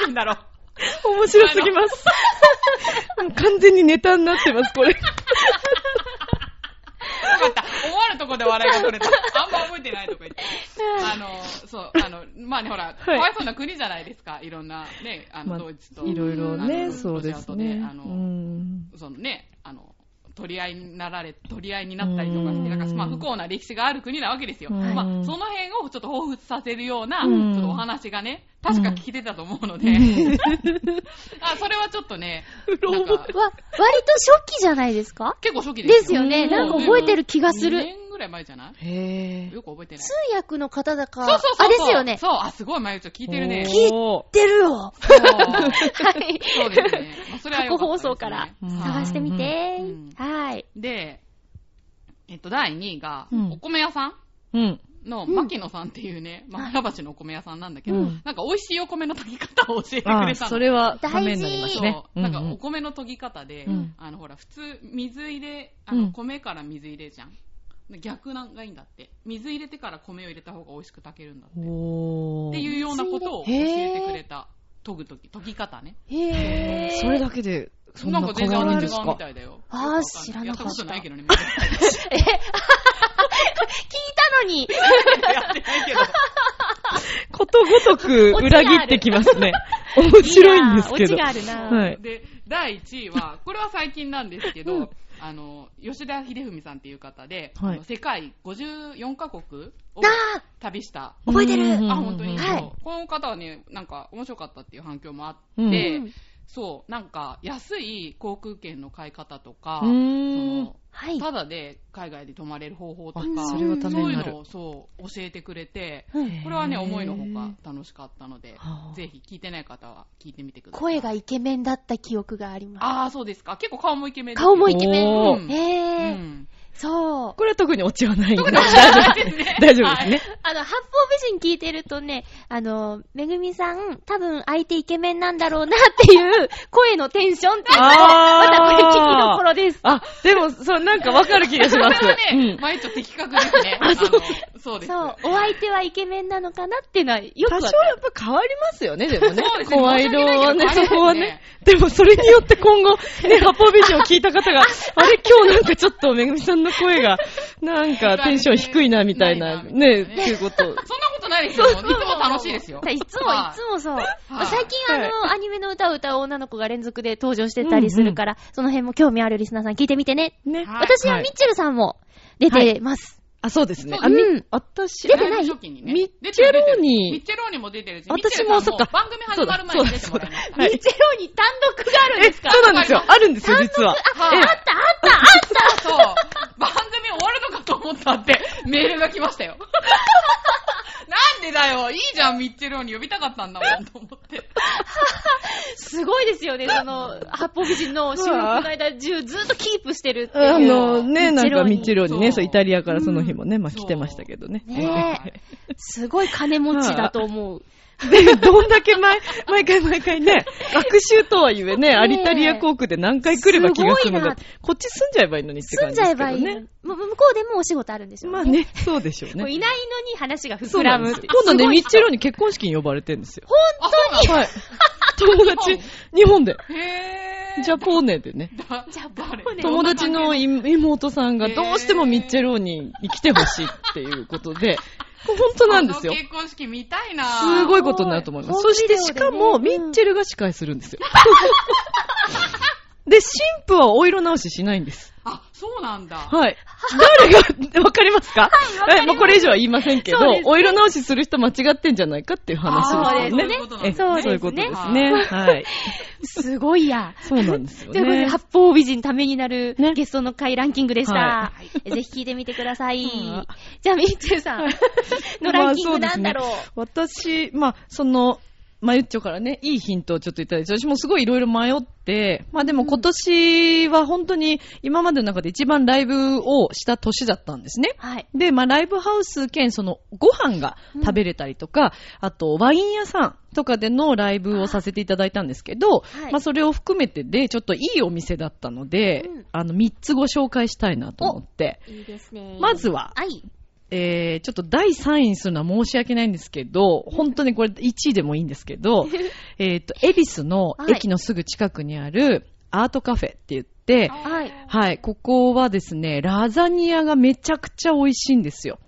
[SPEAKER 4] 言うんだろう。
[SPEAKER 3] 面白すぎます。完全にネタになってます、これ。
[SPEAKER 4] よかった。思わぬとこで笑いが取れた。あんま覚えてないとか言って。あの、そう、あの、まあね、ほら、かわいそうな国じゃないですか。いろんな、ね、あ
[SPEAKER 3] まあ
[SPEAKER 4] の、ドイツと。
[SPEAKER 3] いろいろ
[SPEAKER 4] あ
[SPEAKER 3] ね、
[SPEAKER 4] の
[SPEAKER 3] そうですね
[SPEAKER 4] ロシアと。あ
[SPEAKER 3] う
[SPEAKER 4] の、
[SPEAKER 3] ん
[SPEAKER 4] そのね、あの、取り合いになられ、取り合いになったりとか
[SPEAKER 3] う
[SPEAKER 4] し
[SPEAKER 3] ん
[SPEAKER 4] て、なんか、まあ、不幸な歴史がある国なわけですよ。
[SPEAKER 3] うん
[SPEAKER 4] まあ、その辺をちょっと彷彿させるような、ち
[SPEAKER 3] うん
[SPEAKER 4] ょっとお話がね、確か聞いてたと思うので、 あ、それはちょっとね、なんか
[SPEAKER 2] わ、割と初期じゃないですか
[SPEAKER 4] 結構初期
[SPEAKER 2] で
[SPEAKER 4] です
[SPEAKER 2] よね。
[SPEAKER 3] うん
[SPEAKER 2] なんか覚えてる気がす
[SPEAKER 4] 2
[SPEAKER 2] る。
[SPEAKER 4] 年ぐらい前じゃない
[SPEAKER 3] へぇ
[SPEAKER 4] よく覚えてない。
[SPEAKER 2] 通訳の方だか、
[SPEAKER 4] そうそうそうそう。
[SPEAKER 2] あ、ですよね。
[SPEAKER 4] そう、あ、すごい、まゆちゃん聞いてるね。
[SPEAKER 2] 聞い出るよ。
[SPEAKER 4] そう
[SPEAKER 2] はい。
[SPEAKER 4] そうですね。まあ、それは
[SPEAKER 2] 過去放
[SPEAKER 4] 良かったですね
[SPEAKER 2] 送から
[SPEAKER 3] うん
[SPEAKER 2] 探してみて
[SPEAKER 4] うん。
[SPEAKER 2] はい。
[SPEAKER 4] で、えっと、第2位が、
[SPEAKER 3] うん
[SPEAKER 4] お米屋さん
[SPEAKER 3] うん。
[SPEAKER 4] の、
[SPEAKER 2] ん
[SPEAKER 4] 牧野さんっていうね、まあ、原橋のお米屋さんなんだけど、
[SPEAKER 3] うん
[SPEAKER 4] なんか美味しいお米の炊き方を教えてくれた
[SPEAKER 3] あ
[SPEAKER 4] の。
[SPEAKER 3] それはためになりま
[SPEAKER 4] そ
[SPEAKER 3] す
[SPEAKER 4] う
[SPEAKER 3] ね。
[SPEAKER 4] なんか
[SPEAKER 3] うう
[SPEAKER 4] お米の研ぎ方で、
[SPEAKER 3] うん
[SPEAKER 4] あのほら普通水入れあ
[SPEAKER 3] うん
[SPEAKER 4] の米から水入れじゃん、逆なんがいいんだって水入れてから米を入れた方が美味しく炊けるんだって
[SPEAKER 3] おー
[SPEAKER 4] っていうようなことを教えてくれた研ぐ時研ぎ方ね
[SPEAKER 2] へぇー。
[SPEAKER 3] それだけで、そん
[SPEAKER 4] な
[SPEAKER 3] なん
[SPEAKER 4] か全
[SPEAKER 3] 変
[SPEAKER 4] 然
[SPEAKER 3] わるん
[SPEAKER 4] あ
[SPEAKER 3] で
[SPEAKER 4] る
[SPEAKER 3] す
[SPEAKER 4] 側
[SPEAKER 3] か
[SPEAKER 4] みたいだよ。
[SPEAKER 2] あー
[SPEAKER 4] よくわん
[SPEAKER 2] 知らなかった
[SPEAKER 4] やったことないけどね。
[SPEAKER 2] 聞いたのに、
[SPEAKER 4] やってないけど。
[SPEAKER 3] ことごとく裏切ってきます ね。面白いんですけど。
[SPEAKER 1] いやーオチがあるな。
[SPEAKER 3] はい。
[SPEAKER 4] で、第1位は、これは最近なんですけど、
[SPEAKER 3] うん
[SPEAKER 4] あの、吉田秀文さんっていう方で、
[SPEAKER 3] はい
[SPEAKER 4] あの世界54カ国を
[SPEAKER 2] あ
[SPEAKER 4] 旅した。
[SPEAKER 2] 覚えてる
[SPEAKER 3] うん
[SPEAKER 4] あ、本当に、
[SPEAKER 2] はい
[SPEAKER 4] そうこの方はね、なんか面白かったっていう反響もあって、
[SPEAKER 3] うん
[SPEAKER 4] そう、なんか安い航空券の買い方とか、
[SPEAKER 3] うーん
[SPEAKER 4] そ
[SPEAKER 2] はい
[SPEAKER 4] の。ただで海外で泊まれる方法と
[SPEAKER 3] あ
[SPEAKER 4] か、
[SPEAKER 3] それはため
[SPEAKER 4] そう
[SPEAKER 3] に
[SPEAKER 4] い
[SPEAKER 3] な
[SPEAKER 4] う
[SPEAKER 3] る
[SPEAKER 4] の。をそう教えてくれて、
[SPEAKER 3] うん
[SPEAKER 4] これはね、思いのほか楽しかったので
[SPEAKER 3] はあ、
[SPEAKER 4] ぜひ聞いてない方は聞いてみてください。
[SPEAKER 2] 声がイケメンだった記憶があります。
[SPEAKER 4] ああ、そうですか。結構顔もイケメンですよ
[SPEAKER 2] 顔もイケメ
[SPEAKER 3] お
[SPEAKER 4] ー
[SPEAKER 2] ン。
[SPEAKER 4] う
[SPEAKER 2] へぇー。
[SPEAKER 4] ん。
[SPEAKER 2] そう。
[SPEAKER 3] これは特にオチはないんで。
[SPEAKER 4] 特に面白いですね
[SPEAKER 3] 。大丈夫ですね。
[SPEAKER 2] あの、八方美人聞いてるとね、あの、めぐみさん、多分相手イケメンなんだろうなっていう声のテンションっていうのを、またこれ聞きどころです。
[SPEAKER 3] あ、でも、そう、なんかわかる気がします。
[SPEAKER 4] これはね、
[SPEAKER 3] うん
[SPEAKER 4] 毎日的確ですね。あのそうです。
[SPEAKER 2] そう、お相手はイケメンなのかなっていうのはよく
[SPEAKER 3] 多
[SPEAKER 2] わか
[SPEAKER 3] 少
[SPEAKER 2] る。
[SPEAKER 3] やっぱ変わりますよね、でもね
[SPEAKER 4] そう。ですね
[SPEAKER 3] 声色はね、
[SPEAKER 4] 申し訳ないけ
[SPEAKER 3] そこは
[SPEAKER 4] ど変わり
[SPEAKER 3] ね
[SPEAKER 4] ま。
[SPEAKER 3] でもそれによって今後、ね、八方美人を聞いた方が、あれ今日なんかちょっとめぐみさんの声が、なんかテンション低いな、みたいな、
[SPEAKER 4] ないな
[SPEAKER 3] ね、っていうこと。
[SPEAKER 4] そんなことないですよ。いつも楽しいですよ。
[SPEAKER 2] いつも、いつもそう。
[SPEAKER 4] はい
[SPEAKER 2] 最近あの、アニメの歌を歌う女の子が連続で登場してたりするから、その辺も興味あるリスナーさん聞いてみてね。
[SPEAKER 3] ね。
[SPEAKER 4] はい
[SPEAKER 2] 私はミッチェルさんも出てます。
[SPEAKER 3] あ、そうですね。あ、
[SPEAKER 1] うん
[SPEAKER 3] み、私、
[SPEAKER 1] 出てない
[SPEAKER 4] ライブ初期にね。
[SPEAKER 3] ミッチェ
[SPEAKER 4] 出てる
[SPEAKER 3] ローニ
[SPEAKER 4] ミッチェローニも出てるし、
[SPEAKER 3] 私も
[SPEAKER 4] ミッチェルさん
[SPEAKER 3] そっか
[SPEAKER 4] 番組始まる前に出てもらいました。
[SPEAKER 3] はい
[SPEAKER 1] ミチェローに単独があるんですか
[SPEAKER 3] そうなんですよ。あるんですよ、実は。
[SPEAKER 1] あ、あ
[SPEAKER 3] え
[SPEAKER 1] っ
[SPEAKER 3] え
[SPEAKER 1] た、あった、あった
[SPEAKER 4] そう。番組終わるのかと思ったって、メールが来ましたよ。なんでだよ。いいじゃん、ミッチェルに呼びたかったんだもん、と思って。
[SPEAKER 1] すごいですよね、その、八方美人の収録の間中ずっとキープしてるっていう。
[SPEAKER 3] あのね、なんか
[SPEAKER 1] ミ
[SPEAKER 3] ミ
[SPEAKER 1] ッ
[SPEAKER 3] ッ
[SPEAKER 1] チ
[SPEAKER 3] チェ
[SPEAKER 1] ェロ
[SPEAKER 3] ロ
[SPEAKER 4] ーニ
[SPEAKER 3] ーにね、
[SPEAKER 4] そ
[SPEAKER 3] そ
[SPEAKER 4] う
[SPEAKER 3] う、イタリアからその日もね、まあ
[SPEAKER 4] そう
[SPEAKER 3] 来てましたけどね。
[SPEAKER 1] ねえすごい金持ちだと思う。
[SPEAKER 3] で、どんだけ毎、毎回毎回ね、学習とはいえね、
[SPEAKER 1] え
[SPEAKER 3] アリタリア航空で何回来れば気が済む
[SPEAKER 1] すごい
[SPEAKER 3] んだ
[SPEAKER 1] な。
[SPEAKER 3] こっち住んじゃえばいいのにって
[SPEAKER 1] 住
[SPEAKER 3] 感
[SPEAKER 1] ん
[SPEAKER 3] じ
[SPEAKER 1] じ
[SPEAKER 3] で
[SPEAKER 1] ゃえ
[SPEAKER 3] すけ
[SPEAKER 1] ば
[SPEAKER 3] ど
[SPEAKER 1] いいの
[SPEAKER 3] ね
[SPEAKER 1] に。。もう向こうでもお仕事あるんですよね。
[SPEAKER 3] まあね、そうでしょう
[SPEAKER 1] もう
[SPEAKER 3] ね。
[SPEAKER 1] いないのに話が
[SPEAKER 3] そ
[SPEAKER 1] 膨
[SPEAKER 3] うな
[SPEAKER 1] ら
[SPEAKER 3] んで
[SPEAKER 1] むっ
[SPEAKER 3] す
[SPEAKER 1] てい
[SPEAKER 3] よ
[SPEAKER 1] う。
[SPEAKER 3] 今度ね、ミッチェロ
[SPEAKER 1] に。
[SPEAKER 3] ーに結婚式に呼ばれてんですよ。
[SPEAKER 4] あ、そうなの
[SPEAKER 3] はい。友達、日本で、
[SPEAKER 4] へぇー。
[SPEAKER 3] ジャポーネでね。
[SPEAKER 4] だ、
[SPEAKER 1] じゃあ
[SPEAKER 4] 誰
[SPEAKER 1] ポーネ
[SPEAKER 3] 友達のい妹さんが
[SPEAKER 4] へー
[SPEAKER 3] どうしてもミッチェローニに来てほしいっていうことで、これ本当なんですよ
[SPEAKER 4] あ。の結婚式見たいな
[SPEAKER 3] すごいことになると思います。
[SPEAKER 1] すごい
[SPEAKER 3] そしてしかも、
[SPEAKER 1] 本気で
[SPEAKER 3] ミ
[SPEAKER 1] よねうん
[SPEAKER 3] ッチェルが司会するんですよ。で、神父はお色直ししないんです。
[SPEAKER 4] あ、そうなんだ。
[SPEAKER 3] はい。誰が、わかりますか
[SPEAKER 1] わかります
[SPEAKER 3] もうこれ以上は言いませんけど
[SPEAKER 1] そうですね
[SPEAKER 3] お色直しする人間違ってんじゃないかっていう話ですよね。
[SPEAKER 4] あーそうですね
[SPEAKER 3] え
[SPEAKER 1] そうですね
[SPEAKER 3] そういうことで すね。はい。
[SPEAKER 1] すごいや。
[SPEAKER 3] そうなんですよ
[SPEAKER 1] ということで、
[SPEAKER 3] ね。
[SPEAKER 1] 八方美人ためになる
[SPEAKER 3] ね
[SPEAKER 1] ゲストの回ランキングでした。
[SPEAKER 3] は
[SPEAKER 1] ぜひ聞いてみてください。
[SPEAKER 3] ん
[SPEAKER 1] じゃあ、ミッチェルさ んのランキングなんだろう。
[SPEAKER 3] まあそうですね、私、まあ、その、まゆっちょからね、いいヒントをちょっといただいて、私もすごいいろいろ迷って、まあでも今年は本当に今までの中で一番ライブをした年だったんですね。
[SPEAKER 1] はい。
[SPEAKER 3] で、まあライブハウス兼そのご飯が食べれたりとか、あとワイン屋さんとかでのライブをさせていただいたんですけど、
[SPEAKER 1] はい
[SPEAKER 3] まあそれを含めてで、ちょっといいお店だったので、
[SPEAKER 1] うん
[SPEAKER 3] あの3つご紹介したいなと思って、
[SPEAKER 1] いいですね。
[SPEAKER 3] まずは、
[SPEAKER 1] はい。
[SPEAKER 3] えー、ちょっと第3位にするのは申し訳ないんですけど、本当にこれ1位でもいいんですけ ど、えっと、恵比寿の駅のすぐ近くにあるアートカフェって言って、
[SPEAKER 4] あ
[SPEAKER 1] はい。
[SPEAKER 3] はい、ここはですね、ラザニアがめちゃくちゃ美味しいんですよ。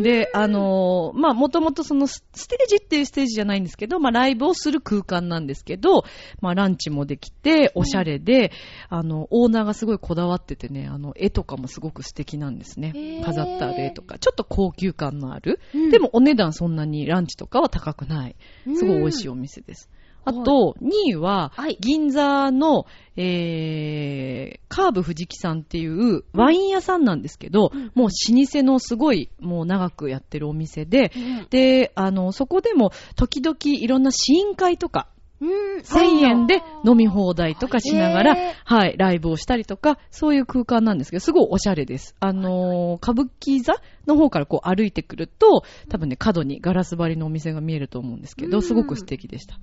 [SPEAKER 3] で、あのーまあ、もともとそのスステージっていうステージじゃないんですけど、まあ、ライブをする空間なんですけど、まあ、ランチもできて、おしゃれで、あの、オーナーがすごいこだわっててね、あの、絵とかもすごく素敵なんです
[SPEAKER 1] へ
[SPEAKER 3] ね
[SPEAKER 1] ー。
[SPEAKER 3] 飾ってある絵とか、ちょっと高級感のある。
[SPEAKER 1] うん
[SPEAKER 3] でも、お値段そんなにランチとかは高くない。すごい美味しいお店です。あと、2位は
[SPEAKER 1] はい、
[SPEAKER 3] 銀座の、えー、カーブ藤木さんっていうワイン屋さんなんですけど、もう老舗のすごい、もう長くやってるお店で、
[SPEAKER 1] うん
[SPEAKER 3] で、あの、そこでも時々いろんな試飲会とか、
[SPEAKER 1] うん。
[SPEAKER 3] 1000円で飲み放題とかしなが
[SPEAKER 1] へー
[SPEAKER 3] ら、はい、ライブをしたりとか、そういう空間なんですけど、すごいおしゃれです。あのー歌舞伎座の方からこう歩いてくると、多分ね、角にガラス張りのお店が見えると思うんですけ
[SPEAKER 1] うん
[SPEAKER 3] ど、すごく素敵でした。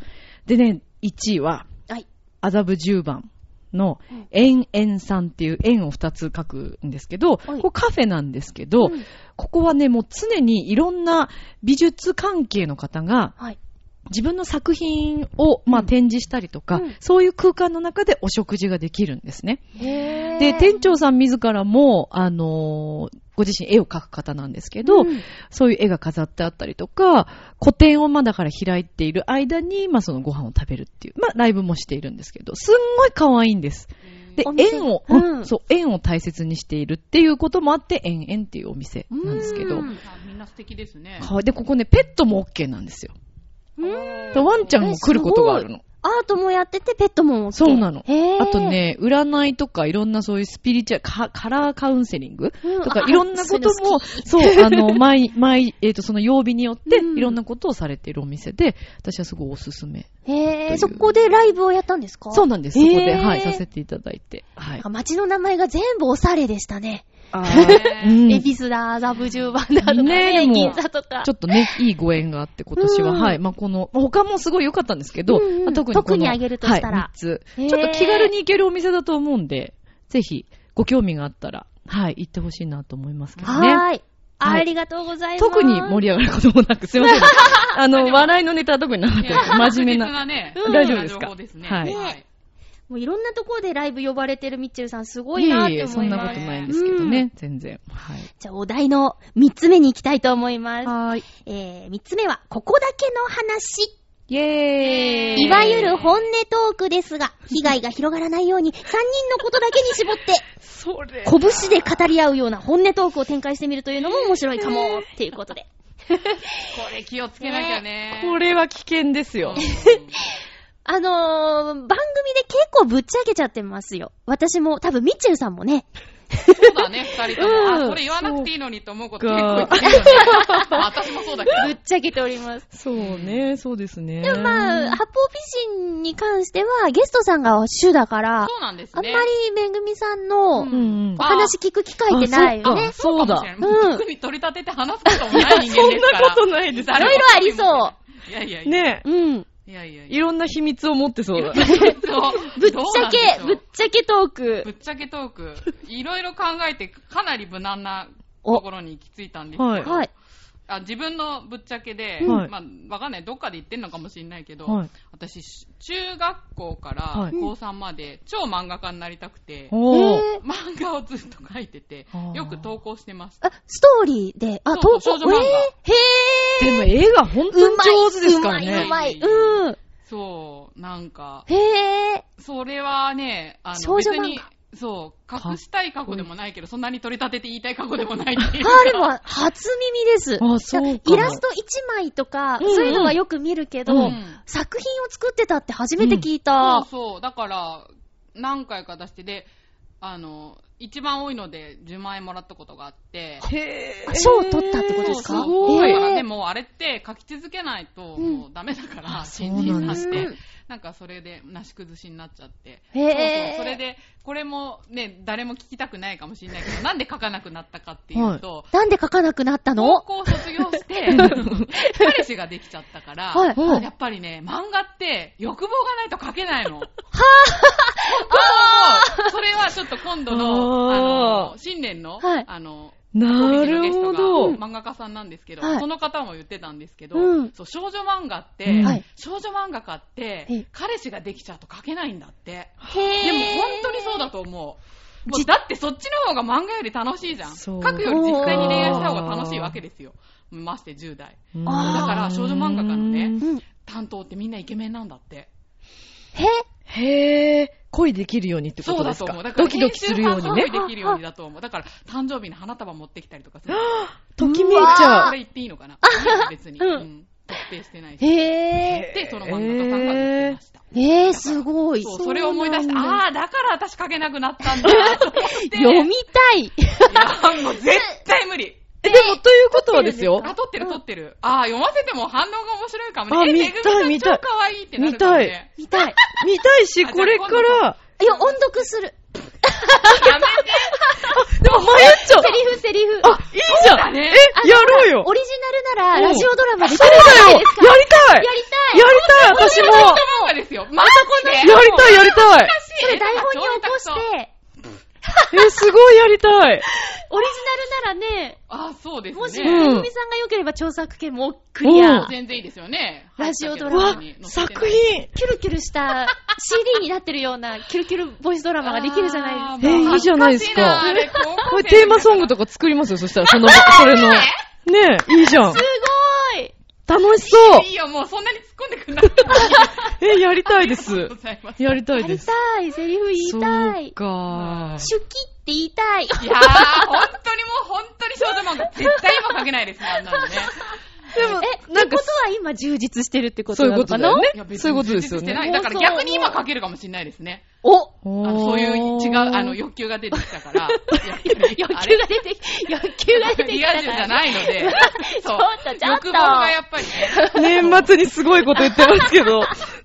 [SPEAKER 3] でね、1位は、
[SPEAKER 1] はい。
[SPEAKER 3] 麻布10番の、円円さんっていう円を2つ書くんですけど、
[SPEAKER 1] はい
[SPEAKER 3] ここカフェなんですけど、ここはね、もう常にいろんな美術関係の方が、
[SPEAKER 1] はい。
[SPEAKER 3] 自分の作品を、まあ、展示したりとか、
[SPEAKER 1] うん
[SPEAKER 3] そういう空間の中でお食事ができるんですね。
[SPEAKER 1] へー
[SPEAKER 3] で、店長さん自らも、あのーご自身絵を描く方なんですけど、
[SPEAKER 1] うん
[SPEAKER 3] そういう絵が飾ってあったりとか、個展をまあだから開いている間に、まあそのご飯を食べるっていう、まあライブもしているんですけど、すんごい可愛いんです。で
[SPEAKER 1] お、店
[SPEAKER 3] 縁を、
[SPEAKER 1] うん
[SPEAKER 3] うんそう、縁を大切にしているっていうこともあって、縁縁っていうお店なんですけど、
[SPEAKER 1] うん
[SPEAKER 4] あみんな素敵ですね。
[SPEAKER 3] かわいいで、ここね、ペットも OK なんですよ。
[SPEAKER 1] うん
[SPEAKER 3] でワンちゃんも来ることがあるの。
[SPEAKER 1] アートもやってて、ペットも OK
[SPEAKER 3] そうなの
[SPEAKER 1] へー
[SPEAKER 3] あと、ね、占いとかいろんなそういうスピリチュアル、カカラーカウンセリング
[SPEAKER 1] うん
[SPEAKER 3] と
[SPEAKER 1] あ
[SPEAKER 3] かいろんなこと
[SPEAKER 1] そういうの
[SPEAKER 3] も、そう、あの、毎、毎、えっ、と、その曜日によって
[SPEAKER 1] うん
[SPEAKER 3] いろんなことをされているお店で、私はすごいおすすめ。
[SPEAKER 1] へ
[SPEAKER 3] とい
[SPEAKER 1] ー
[SPEAKER 3] う
[SPEAKER 1] そこでライブをやったんですか
[SPEAKER 3] そうなんです。そこ
[SPEAKER 1] へ
[SPEAKER 3] で、
[SPEAKER 1] ー
[SPEAKER 3] はい、させていただいて。はい
[SPEAKER 1] なんか。街の名前が全部おしゃれでしたね。
[SPEAKER 4] へー
[SPEAKER 3] うん
[SPEAKER 1] エビスだ、ザブ十番だとか
[SPEAKER 3] ね
[SPEAKER 1] ね、
[SPEAKER 3] えもう
[SPEAKER 1] 銀座とか。
[SPEAKER 3] ちょっ とね、いいご縁があって、今年は、
[SPEAKER 1] うん
[SPEAKER 3] はい。まあ、この、他もすごい良かったんですけど、
[SPEAKER 1] うんうん
[SPEAKER 3] まあ特にこの
[SPEAKER 1] 特に挙げるとしたら
[SPEAKER 3] はい、3つ。
[SPEAKER 1] へー
[SPEAKER 3] ちょっと気軽に行けるお店だと思うんで、ぜひ、ご興味があったら、はい、行ってほしいなと思いますけどね。
[SPEAKER 1] はーい。
[SPEAKER 3] はい
[SPEAKER 1] ありがとうございます。
[SPEAKER 3] 特に盛り上がることもなく、すいません。 あの、笑いのネタは特になかったです。真面目な。
[SPEAKER 4] 確実なね
[SPEAKER 1] うん
[SPEAKER 3] 大丈夫ですか
[SPEAKER 4] 情報ですね。
[SPEAKER 3] はい
[SPEAKER 4] はい
[SPEAKER 1] もういろんなところでライブ呼ばれてるミッチェルさんすごいなっ
[SPEAKER 3] いえい
[SPEAKER 1] て
[SPEAKER 3] え、そ
[SPEAKER 1] 思
[SPEAKER 3] ん
[SPEAKER 1] い
[SPEAKER 3] な
[SPEAKER 1] ま
[SPEAKER 3] こ
[SPEAKER 1] す。
[SPEAKER 3] とないんですけどね、全然。はい。
[SPEAKER 1] じゃあお題の3つ目に行きたいと思います。
[SPEAKER 3] はい。
[SPEAKER 1] えー、3つ目は、ここだけの話。
[SPEAKER 3] イェーイ
[SPEAKER 1] いわゆる本音トークですが、被害が広がらないように、3人のことだけに絞って、
[SPEAKER 3] それ。
[SPEAKER 1] 拳で語り合うような本音トークを展開してみるというのも面白いかも、っていうことで。
[SPEAKER 4] これ気をつけなきゃね。
[SPEAKER 3] これは危険ですよ。
[SPEAKER 1] あのー、番組で結構ぶっちゃけちゃってますよ。私も、多分ミッチェルさんもね。
[SPEAKER 4] そうだね、二人と
[SPEAKER 3] うん
[SPEAKER 4] も。あ、これ言わなくていいのにと思うこと結構いっぱいあるよね。 まあ私もそ うだけ
[SPEAKER 1] ぶっ
[SPEAKER 4] ど。
[SPEAKER 1] ちゃけております。
[SPEAKER 3] そうね、そうですね。
[SPEAKER 1] でもまあ、八方美人に関しては、ゲストさんが主だから、
[SPEAKER 4] そうなんです
[SPEAKER 1] あんま
[SPEAKER 4] ね。
[SPEAKER 1] りめぐみさんの
[SPEAKER 4] う
[SPEAKER 3] うんうん。
[SPEAKER 1] お話聞く機会ってないよね
[SPEAKER 3] あ。そうだ。
[SPEAKER 4] もう特に取り立てて話すこともない人間ですか ら。
[SPEAKER 3] いやそんなことないです
[SPEAKER 4] い。
[SPEAKER 1] いろいろありそう
[SPEAKER 4] いやいやいや。
[SPEAKER 3] ね
[SPEAKER 1] うん。
[SPEAKER 4] いやいやい
[SPEAKER 3] い
[SPEAKER 4] や。
[SPEAKER 3] ろんな秘密を持ってそうだ。
[SPEAKER 4] ぶ
[SPEAKER 1] ぶっちゃけ、ぶっちゃけトーク
[SPEAKER 4] ぶ。っちゃけトーク、いろいろ考えて、かなり無難なところに行き着いたんですけど、
[SPEAKER 3] はい
[SPEAKER 1] はい。
[SPEAKER 4] あ自分のぶっちゃけで、
[SPEAKER 3] はい
[SPEAKER 4] まあ、わかんない、どっかで言ってんのかもしれないけど、
[SPEAKER 3] はい
[SPEAKER 4] 私、し中学校から
[SPEAKER 3] はい
[SPEAKER 4] 高3まで、超漫画家になりたくて、
[SPEAKER 3] おー。
[SPEAKER 1] えー
[SPEAKER 4] 漫画をずっと描いてて
[SPEAKER 3] あー、
[SPEAKER 4] よく投稿してました。
[SPEAKER 1] あ、ストーリーで、あ、
[SPEAKER 4] そう
[SPEAKER 1] 投
[SPEAKER 4] そ
[SPEAKER 1] 稿
[SPEAKER 4] う少女漫画
[SPEAKER 1] えーへー。
[SPEAKER 3] でも絵が本当に上手ですから
[SPEAKER 1] う
[SPEAKER 3] ね。
[SPEAKER 1] まい、うまい、うまい。
[SPEAKER 4] そう、なんか、
[SPEAKER 1] うん。へー。
[SPEAKER 4] それはね、あ
[SPEAKER 1] 少
[SPEAKER 4] の、別
[SPEAKER 1] 女漫画
[SPEAKER 4] に、そう、隠したい過去でもないけど、そんなに取り立てて言いたい過去でもないっていうか
[SPEAKER 1] あ、でも、初耳です。
[SPEAKER 3] あそうかも
[SPEAKER 1] いやイラスト1枚とか、
[SPEAKER 3] うんうん
[SPEAKER 1] そういうのはよく見るけど、
[SPEAKER 4] うん
[SPEAKER 1] 作品を作ってたって初めて聞いた。
[SPEAKER 4] そうそう。だから、何回か出して、で、あの、一番多いので10万円もらったことがあって、
[SPEAKER 3] へー
[SPEAKER 1] 賞を取ったってことですか
[SPEAKER 3] す
[SPEAKER 4] そう
[SPEAKER 3] ごい
[SPEAKER 4] だ。
[SPEAKER 1] え
[SPEAKER 4] か
[SPEAKER 1] ー
[SPEAKER 4] らでもあれって書き続けないと
[SPEAKER 1] うん
[SPEAKER 4] もうダメだから、
[SPEAKER 3] あ
[SPEAKER 4] 新人
[SPEAKER 3] そう
[SPEAKER 4] さん
[SPEAKER 3] な
[SPEAKER 4] っ
[SPEAKER 3] んです
[SPEAKER 4] て
[SPEAKER 1] ね。
[SPEAKER 4] なんかそれでなし崩しになっちゃって。
[SPEAKER 1] へ
[SPEAKER 4] そうそう
[SPEAKER 1] え。
[SPEAKER 4] それで、これもね、誰も聞きたくないかもしれないけど、なんで書かなくなったかっていうと、
[SPEAKER 1] なんで書かなくなった
[SPEAKER 4] 高
[SPEAKER 1] の
[SPEAKER 4] 校卒業して、 彼氏ができちゃったから、
[SPEAKER 1] はい
[SPEAKER 4] あやっぱりね、漫画って欲望がないと書け ないの。はぁそれはちょっと今度の、
[SPEAKER 3] あー
[SPEAKER 4] あの、新年の、
[SPEAKER 1] はい
[SPEAKER 4] あの、
[SPEAKER 3] なる
[SPEAKER 4] ト
[SPEAKER 3] ほ
[SPEAKER 4] ークのゲ
[SPEAKER 3] ど
[SPEAKER 4] スト。が漫画家さんなんですけど、
[SPEAKER 1] はい
[SPEAKER 4] その方も言ってたんですけど、
[SPEAKER 1] うん
[SPEAKER 4] そう少女漫画って、
[SPEAKER 3] うん
[SPEAKER 1] はい
[SPEAKER 4] 少女漫画家って
[SPEAKER 1] ええ、
[SPEAKER 4] 彼氏ができちゃうと書けないんだって。
[SPEAKER 1] へ
[SPEAKER 4] で
[SPEAKER 1] え。
[SPEAKER 4] も本当にそうだと思う。もうだってそっちの方が漫画より楽しいじゃん。
[SPEAKER 3] そ
[SPEAKER 4] 書
[SPEAKER 3] う
[SPEAKER 4] くより実際に恋愛した方が楽しいわけですよ。まして10代。
[SPEAKER 3] うん
[SPEAKER 1] あーだ
[SPEAKER 4] から少女漫画家のね
[SPEAKER 1] うん。
[SPEAKER 4] 担当ってみんなイケメンなんだって。
[SPEAKER 1] へえ。
[SPEAKER 3] へぇー、恋できるようにってこ
[SPEAKER 4] そう
[SPEAKER 3] と
[SPEAKER 4] だ
[SPEAKER 3] です
[SPEAKER 4] と思う。
[SPEAKER 3] か
[SPEAKER 4] だから
[SPEAKER 3] ドキドキするように
[SPEAKER 4] 編集
[SPEAKER 3] ね
[SPEAKER 4] さ。んが恋できるようにだと思う。だから誕生日に花束持ってきたりとかする。
[SPEAKER 3] ときめいちゃ
[SPEAKER 4] こ
[SPEAKER 3] う
[SPEAKER 4] れ。言っていいのかな別に。うん。特定してないし。
[SPEAKER 1] へえ。
[SPEAKER 4] で、その漫画家さんが出てました。
[SPEAKER 1] えー、すごい。
[SPEAKER 4] そう、それを思い出し
[SPEAKER 3] そ
[SPEAKER 4] て、
[SPEAKER 3] うなんだ
[SPEAKER 4] ああー、だから私書けなくなったんだと思 って。
[SPEAKER 1] 読みたい。
[SPEAKER 4] いやもう絶対無理。
[SPEAKER 3] え、でも、ということはですよ。
[SPEAKER 4] あ、撮ってる撮ってる。あー、読ませても反応が面白いか
[SPEAKER 3] あ
[SPEAKER 4] もね。え
[SPEAKER 3] 見たい
[SPEAKER 4] めぐみさん超可愛いってなるかもね。
[SPEAKER 1] 見たい。
[SPEAKER 3] 見たいし、
[SPEAKER 4] あ
[SPEAKER 3] これから、
[SPEAKER 1] いや、音読する。
[SPEAKER 4] やめて。
[SPEAKER 3] でも、迷っちゃう
[SPEAKER 1] セリフ、セリフ。
[SPEAKER 3] あ、いいじゃんえ、やろうよ
[SPEAKER 1] オリジナルなら、ラジオドラマでき
[SPEAKER 3] そ
[SPEAKER 1] る
[SPEAKER 3] う
[SPEAKER 1] じゃ
[SPEAKER 3] だ
[SPEAKER 1] ない
[SPEAKER 3] よ
[SPEAKER 1] で
[SPEAKER 3] やり
[SPEAKER 1] すか。
[SPEAKER 3] たい
[SPEAKER 1] やりたい。
[SPEAKER 3] やりたい私 も
[SPEAKER 4] 少女漫画ですよ。またこんな
[SPEAKER 3] やりたいやりたい
[SPEAKER 1] それ台本に起こして、オリジ
[SPEAKER 3] え、すごいやりたい
[SPEAKER 1] ナルならね、
[SPEAKER 4] あ、そうですね。
[SPEAKER 1] もし、
[SPEAKER 3] うん
[SPEAKER 1] めぐみさんが良ければ著作権もクリア。
[SPEAKER 3] うん
[SPEAKER 1] キ
[SPEAKER 4] 全然いいですよね。
[SPEAKER 1] ラジオド
[SPEAKER 3] う
[SPEAKER 1] ラ
[SPEAKER 3] わ
[SPEAKER 1] マ
[SPEAKER 4] 入っ、たけど
[SPEAKER 3] 作。品
[SPEAKER 1] ュルキュルした CD になってるような、キュルキュルボイスドラマができるじゃないですか。
[SPEAKER 3] えーいいじゃないですかこれテーマソングと
[SPEAKER 4] か。
[SPEAKER 3] か作りますよ、そしたら、その、それの。ねえ、いいじゃん。
[SPEAKER 1] すごーい。
[SPEAKER 3] 楽しそう
[SPEAKER 4] いいよ、もうそんなに突っ込んでくんなくてもいい
[SPEAKER 3] え、やりたいです
[SPEAKER 4] ご。ざい ます。
[SPEAKER 3] やりたい
[SPEAKER 1] や
[SPEAKER 3] で
[SPEAKER 1] り
[SPEAKER 3] す。
[SPEAKER 1] たい。セリフ言いた
[SPEAKER 3] そう
[SPEAKER 1] い。
[SPEAKER 3] か
[SPEAKER 1] 手記って言いたい。
[SPEAKER 4] いやー、本当にもう本当に少女漫画、絶対今書けないですね、あんなのね。
[SPEAKER 3] でも
[SPEAKER 1] え、
[SPEAKER 3] な
[SPEAKER 1] なんんてこと
[SPEAKER 3] か
[SPEAKER 1] は今充実してるってこと
[SPEAKER 3] そういう
[SPEAKER 1] な
[SPEAKER 3] こ
[SPEAKER 1] の
[SPEAKER 3] と
[SPEAKER 1] かな
[SPEAKER 3] だよ
[SPEAKER 4] いや
[SPEAKER 3] ね。
[SPEAKER 4] 別に
[SPEAKER 3] そういうことですよ
[SPEAKER 4] 充実してな
[SPEAKER 3] ね。
[SPEAKER 4] いだから逆に今書けるかもしれないですね。
[SPEAKER 1] お
[SPEAKER 4] あ
[SPEAKER 3] おー
[SPEAKER 4] のそういう違う、あの、欲求が出てきたから。欲
[SPEAKER 1] 欲求が出てき、欲求が出てき
[SPEAKER 4] リ
[SPEAKER 1] た
[SPEAKER 4] ア
[SPEAKER 1] か
[SPEAKER 4] 充じゃ
[SPEAKER 1] ら。。
[SPEAKER 4] ないので
[SPEAKER 1] ちょっと
[SPEAKER 4] そう
[SPEAKER 1] ちょっと
[SPEAKER 4] 欲望がやっぱりね。
[SPEAKER 3] 年末にすごいこと言ってます けど、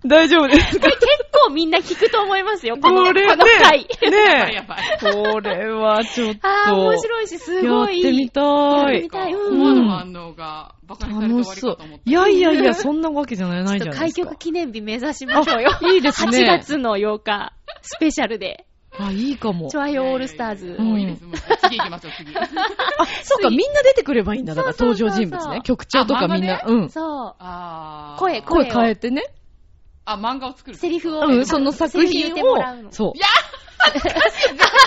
[SPEAKER 3] 大丈夫です
[SPEAKER 1] こ
[SPEAKER 3] か
[SPEAKER 1] れ結構みんな聞くと思いますよ。この
[SPEAKER 3] これね
[SPEAKER 1] この回。。
[SPEAKER 4] やばい
[SPEAKER 3] ね
[SPEAKER 4] やばい。
[SPEAKER 3] え。これはちょっと。
[SPEAKER 1] あー、面白いし、す
[SPEAKER 3] やっ
[SPEAKER 1] ごい。
[SPEAKER 3] てみた
[SPEAKER 1] やって
[SPEAKER 3] い
[SPEAKER 1] み。たい。うん
[SPEAKER 4] 思わぬ反応が、バカにされて
[SPEAKER 3] 楽
[SPEAKER 4] 終わ
[SPEAKER 3] し
[SPEAKER 4] り
[SPEAKER 3] そ
[SPEAKER 4] か
[SPEAKER 3] う
[SPEAKER 4] と思っ。た。
[SPEAKER 3] いやいやいや、そんなわけじゃないない
[SPEAKER 1] ち
[SPEAKER 3] じ
[SPEAKER 1] ょ
[SPEAKER 3] ゃ
[SPEAKER 1] っと
[SPEAKER 3] な
[SPEAKER 1] 開
[SPEAKER 3] いですか
[SPEAKER 1] 局。記念日目指しましょうよ。
[SPEAKER 3] いいですね
[SPEAKER 1] 8月の8日、スペシャルで、
[SPEAKER 3] あ、いいかも
[SPEAKER 1] チョ。アヨオールスターズ。
[SPEAKER 4] もういいです。もう次行きましょう、次。
[SPEAKER 3] あ、そうか、みんな出てくればいいんだ。だから
[SPEAKER 1] そうそ
[SPEAKER 3] 登
[SPEAKER 1] うそう
[SPEAKER 3] 場
[SPEAKER 1] そう
[SPEAKER 3] 人物ね。局長とかみんな
[SPEAKER 4] あ。漫
[SPEAKER 3] うん。
[SPEAKER 1] そう。
[SPEAKER 4] あー
[SPEAKER 1] 声
[SPEAKER 3] 声
[SPEAKER 1] を
[SPEAKER 3] 変えてね。
[SPEAKER 4] あ、漫画を作る。
[SPEAKER 1] セリフを。
[SPEAKER 3] うん、その作
[SPEAKER 1] セリフ
[SPEAKER 3] 品
[SPEAKER 1] 言ってもらう
[SPEAKER 3] を。
[SPEAKER 1] の
[SPEAKER 3] そう。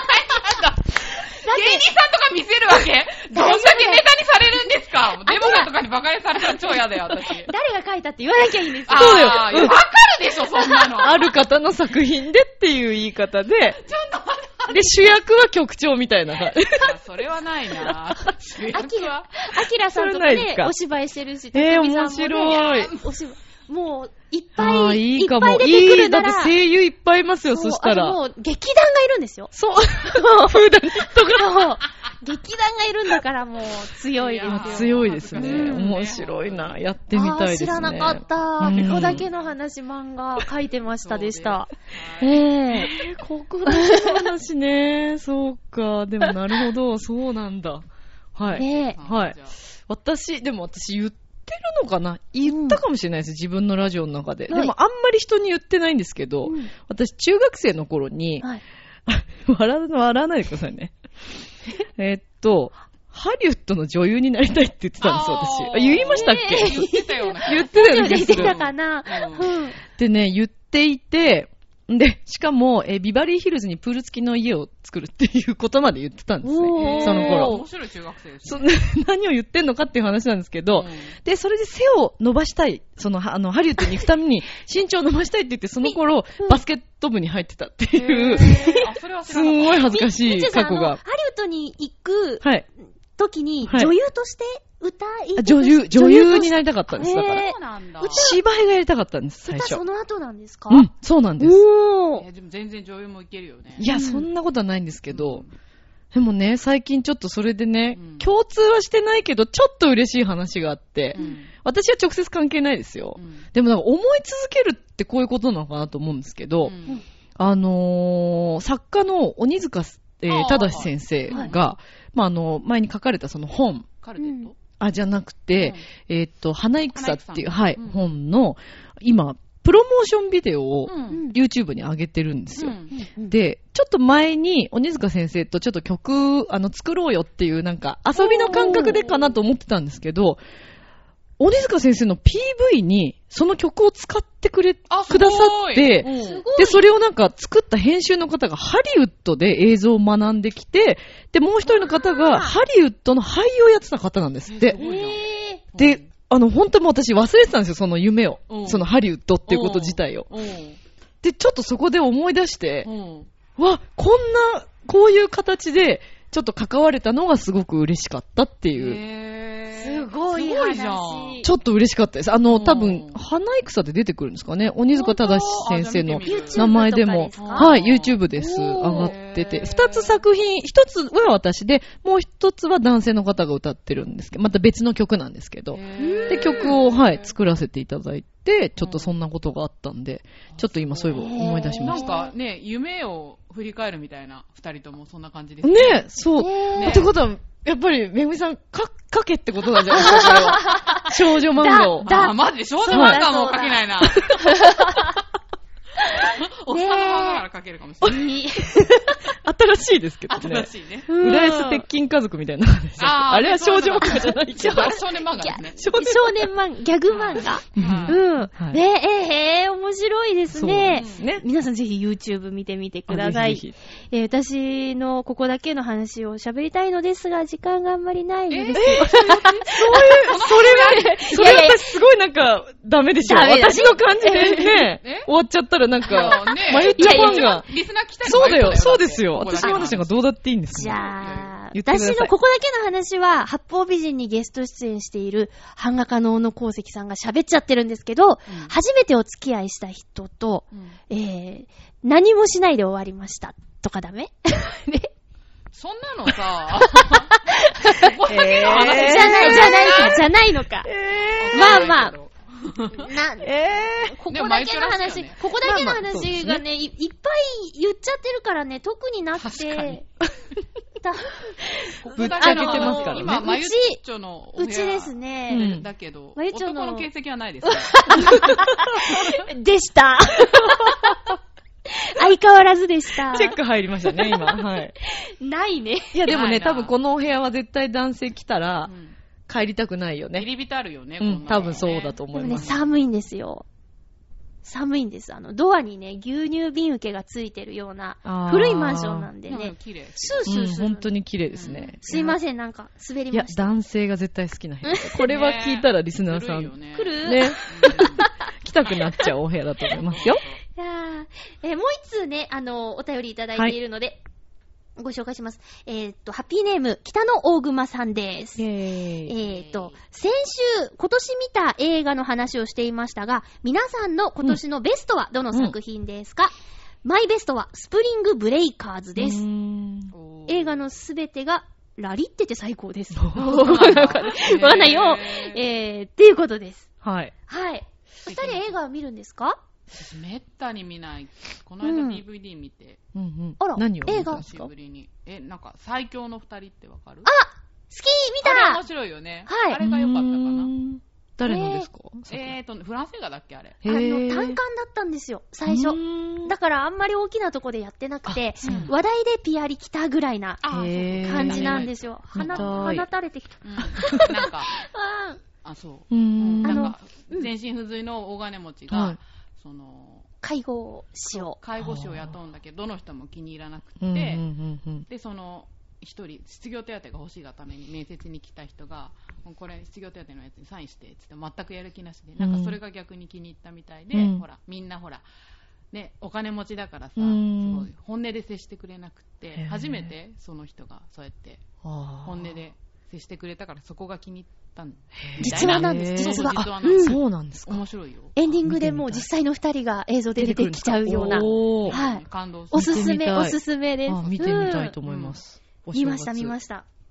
[SPEAKER 4] 芸人さんとか見せるわ けどんだけネタにされるんですかデモカとかにバカにされたら超嫌だよ、私。
[SPEAKER 1] 誰が書いいたって言わなきゃいいんですよ。
[SPEAKER 3] そうだよ
[SPEAKER 4] あー
[SPEAKER 3] うん
[SPEAKER 4] わかるでしょ、そんな の。
[SPEAKER 3] ある方の作品でっていう言い方で、で、主役は局長みたいな。
[SPEAKER 4] あそれはない な。主
[SPEAKER 1] あき
[SPEAKER 4] 役
[SPEAKER 1] ら
[SPEAKER 4] は、
[SPEAKER 1] あきらさんとか
[SPEAKER 3] それないで
[SPEAKER 1] ね
[SPEAKER 3] すか、
[SPEAKER 1] お芝居してるし、
[SPEAKER 3] えー
[SPEAKER 1] たくみさんもね
[SPEAKER 3] 面白い。
[SPEAKER 1] お芝居もう、いっ
[SPEAKER 3] あ
[SPEAKER 1] ぱ
[SPEAKER 3] ー
[SPEAKER 1] い、
[SPEAKER 3] い
[SPEAKER 1] い
[SPEAKER 3] い
[SPEAKER 1] っ
[SPEAKER 3] か
[SPEAKER 1] ぱ
[SPEAKER 3] も。
[SPEAKER 1] い出てくるない
[SPEAKER 3] いだ
[SPEAKER 1] ら、
[SPEAKER 3] って声優いっぱいいますよ、
[SPEAKER 1] そ
[SPEAKER 3] そうした
[SPEAKER 1] あと
[SPEAKER 3] ら。
[SPEAKER 1] もう、劇団がいるんですよ。
[SPEAKER 3] そう。 普段と
[SPEAKER 1] そう劇団がいるんだからもう、強いですよ
[SPEAKER 4] いや。
[SPEAKER 3] 強いですね。
[SPEAKER 1] うん
[SPEAKER 3] 面白いな。やってみたいですね。
[SPEAKER 1] あー知らなかった。
[SPEAKER 3] うん
[SPEAKER 1] ここだけの話漫画書いてましたでした。
[SPEAKER 4] はい
[SPEAKER 1] ええ
[SPEAKER 3] ここだけの話ね。そうか。でもなるほど。 そうなんだ。はい。
[SPEAKER 1] ねえ
[SPEAKER 3] はい
[SPEAKER 4] じゃ。
[SPEAKER 3] 私、でも私言ってるのかな言ったかもしれないです、自分のラジオの中で。で
[SPEAKER 1] はい
[SPEAKER 3] もあんまり人に言ってないんですけど、
[SPEAKER 1] うん
[SPEAKER 3] 私中学生の頃に、
[SPEAKER 1] はい。
[SPEAKER 3] 笑うの笑わないでくださいね。えっと、ハリウッドの女優になりたいって言ってたんですよ、私。
[SPEAKER 4] あ
[SPEAKER 3] あ
[SPEAKER 4] ー
[SPEAKER 3] 言いましたっけ、
[SPEAKER 4] あ言ってたような気が
[SPEAKER 3] 言ってたよ
[SPEAKER 1] 出
[SPEAKER 3] ね。
[SPEAKER 1] て
[SPEAKER 4] する
[SPEAKER 1] たかな
[SPEAKER 4] う
[SPEAKER 1] うん。
[SPEAKER 3] でね、言っていて、で、しかも、えービバリーヒルズにプール付きの家を作るっていうことまで言ってたんですね。
[SPEAKER 1] おー
[SPEAKER 3] その頃
[SPEAKER 4] 面白い中学生ですね。
[SPEAKER 3] そ何を言ってんのかっていう話なんですけど、
[SPEAKER 4] うん
[SPEAKER 3] で、それで背を伸ばしたい、その、はあの、ハリウッドに行くため に身長を伸ばしたいって言って、その頃、バスケット部に入ってたっていう、
[SPEAKER 4] あ、それは知
[SPEAKER 3] す
[SPEAKER 4] ら
[SPEAKER 3] ん
[SPEAKER 4] な
[SPEAKER 3] ご
[SPEAKER 4] かっ
[SPEAKER 3] い恥ずかし
[SPEAKER 1] み
[SPEAKER 3] い
[SPEAKER 1] ちゅさん
[SPEAKER 3] 過去
[SPEAKER 1] あの
[SPEAKER 3] が
[SPEAKER 1] ハ。リウッドに行く
[SPEAKER 3] はい。
[SPEAKER 1] 時に、
[SPEAKER 3] はい
[SPEAKER 1] 女優として歌い
[SPEAKER 3] あ女優、女優になりたかったんです、だか
[SPEAKER 1] へー。
[SPEAKER 3] ら
[SPEAKER 4] た。そうなんだ。
[SPEAKER 3] 芝居がやりたかったんです、
[SPEAKER 1] 歌
[SPEAKER 3] 最
[SPEAKER 1] そ
[SPEAKER 3] 初。
[SPEAKER 1] の後なんですか
[SPEAKER 3] うん、そうなんです。
[SPEAKER 1] お
[SPEAKER 4] い
[SPEAKER 1] ー
[SPEAKER 4] やでも全然女優もいけるよね。
[SPEAKER 3] いうや、
[SPEAKER 1] ん
[SPEAKER 3] そんなことはないんですけど、
[SPEAKER 4] うん
[SPEAKER 3] でもね、最近ちょっとそれでね、
[SPEAKER 4] うん
[SPEAKER 3] 共通はしてないけど、ちょっと嬉しい話があって、
[SPEAKER 4] うん
[SPEAKER 3] 私は直接関係ないですよ。
[SPEAKER 4] うん
[SPEAKER 3] でもなんか思い続けるってこういうことなのかなと思うんですけど、
[SPEAKER 4] うん
[SPEAKER 3] あのー作家の鬼塚、え
[SPEAKER 4] あ
[SPEAKER 3] ー、
[SPEAKER 4] あ
[SPEAKER 3] ただし先生が、まあ、あの、前に書かれたその本、
[SPEAKER 4] カルテット
[SPEAKER 3] あ、じゃなくて、えーっと、花戦っていう、
[SPEAKER 4] 花
[SPEAKER 3] はい、
[SPEAKER 4] 戦うん
[SPEAKER 3] 本の、今、プロモーションビデオを
[SPEAKER 4] うんうん
[SPEAKER 3] YouTube に上げてるんですよ。
[SPEAKER 4] うん
[SPEAKER 3] で、ちょっと前に、鬼塚先生とちょっと曲、あの、作ろうよっていう、なんか、遊びの感覚でかなと思ってたんですけど、鬼塚先生の PV に、その曲を使ってくれ、く
[SPEAKER 4] あ、すごい
[SPEAKER 3] ださって、
[SPEAKER 4] うん
[SPEAKER 1] すごい。
[SPEAKER 3] で、それをなんか作った編集の方がハリウッドで映像を学んできて、で、もう一人の方がハリウッドの俳優をやってた方なんですっ
[SPEAKER 4] す
[SPEAKER 3] て
[SPEAKER 4] ご。いじゃん
[SPEAKER 1] えー
[SPEAKER 3] で、あの、本当もう私忘れてたんですよ、その夢を
[SPEAKER 4] う。ん
[SPEAKER 3] そのハリウッドっていうこと自体を。
[SPEAKER 4] うん
[SPEAKER 3] で、ちょっとそこで思い出して、
[SPEAKER 4] うん
[SPEAKER 3] わ、こんな、こういう形で、ちょっと関われたのがすごく嬉しかったっていう。
[SPEAKER 4] へ
[SPEAKER 1] す
[SPEAKER 4] ー
[SPEAKER 1] ごい
[SPEAKER 4] すごいじゃん
[SPEAKER 1] 話。
[SPEAKER 3] ちょっと嬉しかったです。あ
[SPEAKER 4] う
[SPEAKER 3] の、
[SPEAKER 4] ん
[SPEAKER 3] 多分、花戦で出てくるんですかね。鬼塚正先生の
[SPEAKER 4] 本当あじゃあ見てみる
[SPEAKER 3] 名前でも
[SPEAKER 1] YouTube とかですか
[SPEAKER 3] はい、YouTube です。
[SPEAKER 1] おー
[SPEAKER 3] 上がって
[SPEAKER 4] へ
[SPEAKER 3] て。
[SPEAKER 4] ー
[SPEAKER 3] 二つ作品、一つは私で、もう一つは男性の方が歌ってるんですけど、また別の曲なんですけど。
[SPEAKER 4] へー
[SPEAKER 3] で、曲を、はい、作らせていただいて、ちょっとそんなことがあったんで、ちょっと今そういえば思い出し
[SPEAKER 4] な
[SPEAKER 3] まし
[SPEAKER 4] ん
[SPEAKER 3] た。
[SPEAKER 4] かね、夢を振り返るみたいな、二人ともそんな感じです
[SPEAKER 3] ねえ、そう。
[SPEAKER 1] え
[SPEAKER 3] ってことは、やっぱり、めぐみさん、か、かけってことなんじゃないですか、これは。少女漫画を。
[SPEAKER 1] だ
[SPEAKER 4] あ、マジで少女漫画も書けないな。おっさんの漫画なら書けるかもしれない。
[SPEAKER 1] いい
[SPEAKER 3] 新しいですけどね
[SPEAKER 4] 新。しいね。
[SPEAKER 1] うん
[SPEAKER 3] 浦安鉄筋家族みたいな話。あれは少女漫画じゃないけど
[SPEAKER 4] あ。れ少年漫画ですね。
[SPEAKER 3] 少
[SPEAKER 1] 少年漫画、ギャグ漫画。
[SPEAKER 4] は
[SPEAKER 1] うん。
[SPEAKER 3] はい
[SPEAKER 1] ねえ、えー、面白いですね。
[SPEAKER 4] そう
[SPEAKER 3] ね
[SPEAKER 1] 皆さんぜひ YouTube 見てみてください。
[SPEAKER 3] あぜひぜ
[SPEAKER 1] えー私のここだけの話を喋りたいのですが、時間があんまりないのです。
[SPEAKER 3] ひそれ私すごいなんか、ダメでしょ
[SPEAKER 1] ダメだね
[SPEAKER 3] 私の感じでね
[SPEAKER 4] え、
[SPEAKER 3] 終わっちゃったらなんか、マユッ
[SPEAKER 4] い
[SPEAKER 3] チョ
[SPEAKER 4] や
[SPEAKER 3] フ
[SPEAKER 4] い
[SPEAKER 3] ァン
[SPEAKER 4] や
[SPEAKER 3] が。
[SPEAKER 4] リスナー来たり
[SPEAKER 3] そうだよ、そうですよ。
[SPEAKER 4] ここだ
[SPEAKER 3] 私
[SPEAKER 4] け
[SPEAKER 3] の話がどうだっていいんです
[SPEAKER 1] じ
[SPEAKER 3] よ
[SPEAKER 1] ゃあ、
[SPEAKER 3] 言ってください
[SPEAKER 1] 私のここだけの話は、八方美人にゲスト出演している版画家の小野功石さんが喋っちゃってるんですけど、初めてお付き合いした人と、
[SPEAKER 4] うん
[SPEAKER 1] えー、何もしないで終わりました。とかダメ ね
[SPEAKER 4] そんなのさ、 ここだけの話
[SPEAKER 1] じゃない、じゃないか、じゃないの か。まあまあ、な、ここ
[SPEAKER 4] でも
[SPEAKER 1] だけの
[SPEAKER 4] マイクラス
[SPEAKER 1] 話、
[SPEAKER 4] よね
[SPEAKER 1] ここだけの
[SPEAKER 3] まあまあそうで
[SPEAKER 1] 話
[SPEAKER 3] すね
[SPEAKER 1] がね、いいっぱい言っちゃってるからね、特になく
[SPEAKER 4] 確かに
[SPEAKER 1] て、た
[SPEAKER 4] こ
[SPEAKER 3] ぶ
[SPEAKER 4] こ
[SPEAKER 3] っち
[SPEAKER 4] だ
[SPEAKER 3] ゃ
[SPEAKER 4] け
[SPEAKER 3] け
[SPEAKER 4] の
[SPEAKER 3] てますからね
[SPEAKER 4] 今、マユッチョのお
[SPEAKER 1] う
[SPEAKER 4] 部
[SPEAKER 1] ち
[SPEAKER 4] 屋
[SPEAKER 1] ですね、
[SPEAKER 4] だけど、
[SPEAKER 1] マユッチョの
[SPEAKER 4] 男の形跡はないですね。
[SPEAKER 1] で した。相変わらずでした。
[SPEAKER 3] チェック入りましたね、 今。はい。
[SPEAKER 1] ないね。
[SPEAKER 3] いや、でも
[SPEAKER 4] ない
[SPEAKER 3] ね、
[SPEAKER 4] な
[SPEAKER 3] 多分このお部屋は絶対男性来たら
[SPEAKER 4] う、ん
[SPEAKER 3] 帰りたくないよね。
[SPEAKER 4] 入り浸るよね、
[SPEAKER 3] う
[SPEAKER 4] こ
[SPEAKER 3] ん、
[SPEAKER 4] なの
[SPEAKER 3] 多分そうだ
[SPEAKER 1] で
[SPEAKER 3] と思
[SPEAKER 1] も
[SPEAKER 3] い
[SPEAKER 1] ね、
[SPEAKER 3] ます。
[SPEAKER 1] 寒いんですよ。寒いんです。あの、ドアにね、牛乳瓶受けがついてるような
[SPEAKER 3] あー、
[SPEAKER 1] 古いマンションなんで
[SPEAKER 4] でね
[SPEAKER 1] ね、、
[SPEAKER 4] 綺麗。
[SPEAKER 1] スース
[SPEAKER 3] う
[SPEAKER 1] ー
[SPEAKER 3] ん、
[SPEAKER 1] する。
[SPEAKER 3] 本当に綺麗ですね。
[SPEAKER 1] すいません、なんか、滑り
[SPEAKER 3] いや
[SPEAKER 1] ま、した。
[SPEAKER 3] 男性が絶対好きな部屋。これは聞いたらリスナーさ
[SPEAKER 4] ずるいよ
[SPEAKER 3] ん、
[SPEAKER 4] ね
[SPEAKER 1] 来る
[SPEAKER 3] ね、来たくなっちゃうお部屋だと思いますよ。
[SPEAKER 1] いやーえーもう一通ね、あのーお便りいただいているので、ご紹介します。えーっと、ハッピーネーム、北野大熊さんです。え
[SPEAKER 3] え
[SPEAKER 1] ーっと、先週、今年見た映画の話をしていましたが、皆さんの今年のベストはどの作品ですか、マイベストは、スプリングブレイカーズです。
[SPEAKER 4] うんおー
[SPEAKER 1] 映画のすべてが、ラリってて最高 です。
[SPEAKER 3] お
[SPEAKER 1] わ
[SPEAKER 3] ー
[SPEAKER 1] かんないわかんないよ。えー、っていうことです。
[SPEAKER 3] はい。
[SPEAKER 1] はい。お二人映画を見るんですか
[SPEAKER 4] 私めったに見ない。この
[SPEAKER 1] う
[SPEAKER 4] 間
[SPEAKER 1] ん
[SPEAKER 4] DVD 見て、
[SPEAKER 3] うんうん
[SPEAKER 1] あら
[SPEAKER 3] 何を見たんです
[SPEAKER 4] 久し
[SPEAKER 3] か
[SPEAKER 4] ぶりに。え、なんか、最強の二人ってわかる
[SPEAKER 1] 好き
[SPEAKER 4] あれ
[SPEAKER 1] 見
[SPEAKER 4] 面白いよね。
[SPEAKER 1] はい
[SPEAKER 4] あれが良かったかな。
[SPEAKER 3] 誰のですか
[SPEAKER 4] えーと、フランス映画だっけあれ。
[SPEAKER 1] たあの、単管だったんですよ、最初。だからあんまり大きなとこでやってなくて、
[SPEAKER 4] うん
[SPEAKER 1] 話題でピアリ来たぐらいな
[SPEAKER 4] あ。
[SPEAKER 3] へー
[SPEAKER 1] 感じなんですすよ。
[SPEAKER 3] 見たい
[SPEAKER 1] 放放たれてきた。
[SPEAKER 4] うん なんか、
[SPEAKER 1] あー
[SPEAKER 4] あ、そうう。
[SPEAKER 3] ん。
[SPEAKER 4] な
[SPEAKER 1] あ
[SPEAKER 4] ん
[SPEAKER 1] の
[SPEAKER 4] か、全身不随の大金持ち
[SPEAKER 3] は
[SPEAKER 4] が
[SPEAKER 3] い、
[SPEAKER 4] その、
[SPEAKER 1] 介護しよ
[SPEAKER 4] 介護士を雇うんだけど、どの人も気に入らなく
[SPEAKER 3] うんうん
[SPEAKER 4] て、
[SPEAKER 3] うんうん
[SPEAKER 4] で、その、一人、失業手当が欲しいがために面接に来た人が、もうこれ、失業手当のやつにサインして、つって、全くやる気なしで、なんかそれが逆に気に入ったみたいで、
[SPEAKER 3] うん
[SPEAKER 4] ほら、みんなほら、ね、お金持ちだからさ、す
[SPEAKER 3] う
[SPEAKER 4] ご
[SPEAKER 3] ん
[SPEAKER 4] い、本音で接してくれなく
[SPEAKER 3] へ
[SPEAKER 4] て
[SPEAKER 3] ー、
[SPEAKER 4] 初めてその人がそうやって、
[SPEAKER 3] あー
[SPEAKER 4] 本音で接してくれたから、そこが気に入ったん
[SPEAKER 1] う。実話なんです、
[SPEAKER 3] へ
[SPEAKER 1] 実
[SPEAKER 3] ー
[SPEAKER 1] 話
[SPEAKER 4] そう実話。
[SPEAKER 1] う
[SPEAKER 4] なんです
[SPEAKER 1] ん
[SPEAKER 3] そうなんですか。
[SPEAKER 4] 面白いよ。
[SPEAKER 1] エンディングでもう実際の二人が映像で出てきちゃうような。
[SPEAKER 3] おー
[SPEAKER 1] はい
[SPEAKER 4] 感動する。
[SPEAKER 1] おすす
[SPEAKER 3] 見てみ
[SPEAKER 1] め、
[SPEAKER 3] たい
[SPEAKER 1] おすすめです。
[SPEAKER 3] あ見てみた
[SPEAKER 1] う
[SPEAKER 3] い
[SPEAKER 1] ん
[SPEAKER 3] と思います。お正
[SPEAKER 1] 見
[SPEAKER 3] 月
[SPEAKER 1] ました、見ま した。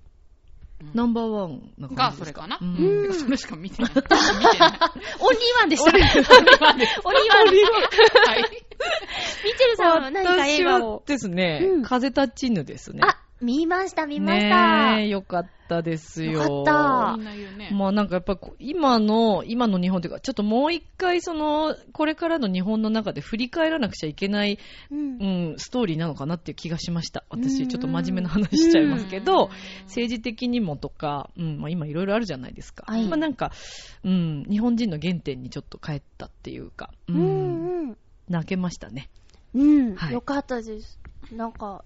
[SPEAKER 4] うん
[SPEAKER 3] ナンバーワンな感
[SPEAKER 4] が、
[SPEAKER 3] じ
[SPEAKER 4] そ
[SPEAKER 3] です
[SPEAKER 4] れかな。
[SPEAKER 3] う
[SPEAKER 4] うんん。てかそれしか見てない。見てない。
[SPEAKER 1] オンリーワンで した。オンリーワンです。オンリーワン
[SPEAKER 4] はい。
[SPEAKER 1] ミッチェルさんは何か映画
[SPEAKER 3] 私は
[SPEAKER 1] を。
[SPEAKER 3] ですね
[SPEAKER 1] うん、
[SPEAKER 3] 風立ちぬですね。
[SPEAKER 1] あ、見ました、見ました。
[SPEAKER 3] ねえ、よかったですよ。
[SPEAKER 1] よかっ
[SPEAKER 4] みんな言うね。
[SPEAKER 3] まあなんかやっぱこう今の、今の日本というか、ちょっともう一回その、これからの日本の中で振り返らなくちゃいけない、
[SPEAKER 1] うん
[SPEAKER 3] う。ん、ストーリーなのかなっていう気がしました。
[SPEAKER 1] うんう
[SPEAKER 3] 私、
[SPEAKER 1] ん
[SPEAKER 3] ちょっと真面目な話しちゃいますけど、
[SPEAKER 4] うん
[SPEAKER 3] 政治的にもとか、うん、まあ今いろいろあるじゃないですか。
[SPEAKER 1] はい
[SPEAKER 3] まあなんか、うん、日本人の原点にちょっと帰ったっていうか、う、
[SPEAKER 1] うんんうん。
[SPEAKER 3] 泣けましたね。
[SPEAKER 1] うん、
[SPEAKER 3] はい
[SPEAKER 1] よかったです。なんか、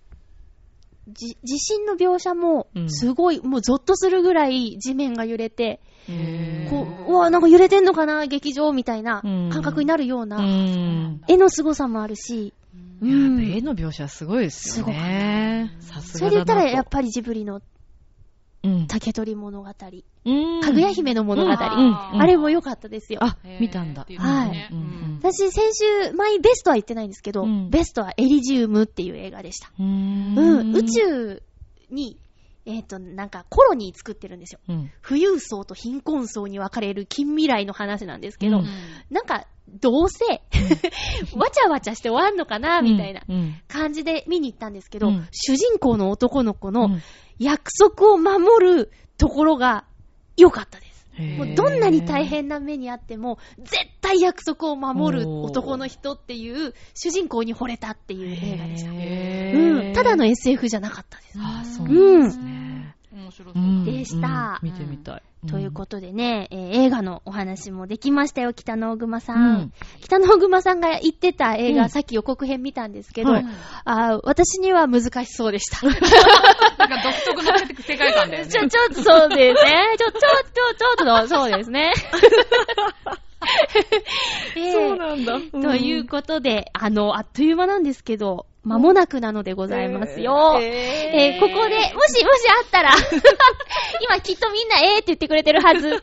[SPEAKER 1] じ、地震の描写も
[SPEAKER 3] う、ん
[SPEAKER 1] すごい、もうゾッとするぐらい地面が揺れて、
[SPEAKER 4] へー
[SPEAKER 1] こう、うわ、なんか揺れてんのかな、劇場みたいな
[SPEAKER 3] うん
[SPEAKER 1] 感覚になるよう
[SPEAKER 3] う
[SPEAKER 1] な、
[SPEAKER 3] ん。
[SPEAKER 1] 絵の凄さもあるし、う
[SPEAKER 3] いや
[SPEAKER 1] ん。
[SPEAKER 3] 絵の描写はすごいですよね。さす
[SPEAKER 1] それで言
[SPEAKER 3] がだな
[SPEAKER 1] っ
[SPEAKER 3] と。
[SPEAKER 1] たら、やっぱりジブリの
[SPEAKER 3] うん、
[SPEAKER 1] 竹取物語、か
[SPEAKER 3] うん
[SPEAKER 1] ぐや姫の物語、
[SPEAKER 4] うん
[SPEAKER 1] あ
[SPEAKER 4] うん
[SPEAKER 1] れも良かったですよ。
[SPEAKER 3] あ
[SPEAKER 4] へ、ー
[SPEAKER 3] 見たんだ。
[SPEAKER 1] はい
[SPEAKER 3] うんうん
[SPEAKER 1] 私、先週、マイベストは言ってないんですけど、
[SPEAKER 3] うん
[SPEAKER 1] ベストはエリジウムっていう映画でした。
[SPEAKER 3] うん
[SPEAKER 1] うん、宇宙に、えっ、と、なんかコロニー作ってるんですよ。
[SPEAKER 3] うん
[SPEAKER 1] 富裕層と貧困層に分かれる近未来の話なんですけど、
[SPEAKER 3] うん
[SPEAKER 1] なんか、どうせ、 わちゃわちゃして終わんのかな、みたいな
[SPEAKER 3] うん
[SPEAKER 1] 感じで見に行ったんですけど、
[SPEAKER 3] うん
[SPEAKER 1] 主人公の男の子
[SPEAKER 3] う
[SPEAKER 1] の
[SPEAKER 3] ん
[SPEAKER 1] 約束を守るところが良かったです。
[SPEAKER 3] へー
[SPEAKER 1] もうどんなに大変な目にあっても、絶対約束を守る男の人っていう、主人公に惚れたっていう映画でした。
[SPEAKER 3] へー
[SPEAKER 1] うん、ただの SF じゃなかったです。
[SPEAKER 3] あ、そう
[SPEAKER 1] う
[SPEAKER 3] なん
[SPEAKER 1] ん
[SPEAKER 3] ですね。
[SPEAKER 4] 面白そううだ
[SPEAKER 3] ん
[SPEAKER 4] ね。
[SPEAKER 1] でした
[SPEAKER 3] うん見てみたい。
[SPEAKER 1] ということとでね、えー映画のお話もできましたよ、北野熊さん。
[SPEAKER 3] うん
[SPEAKER 1] 北野熊さんが言ってた映画、
[SPEAKER 3] うん
[SPEAKER 1] さっき予告編見たんですけど、
[SPEAKER 3] はい
[SPEAKER 1] あー私には難しそうでした。ちょ、
[SPEAKER 4] なんか独特の世界観だよね。
[SPEAKER 1] ちょ、そうですね。ち ょ、ちょ、ちょ、ちょっと、そうですね。えー
[SPEAKER 3] そうなんだ。
[SPEAKER 1] ということで、あの、あっという間なんですけど、間もなくなのでございますよ。えーここで、もし、もしあったら、 今きっとみんなえーって言ってくれてるは ず。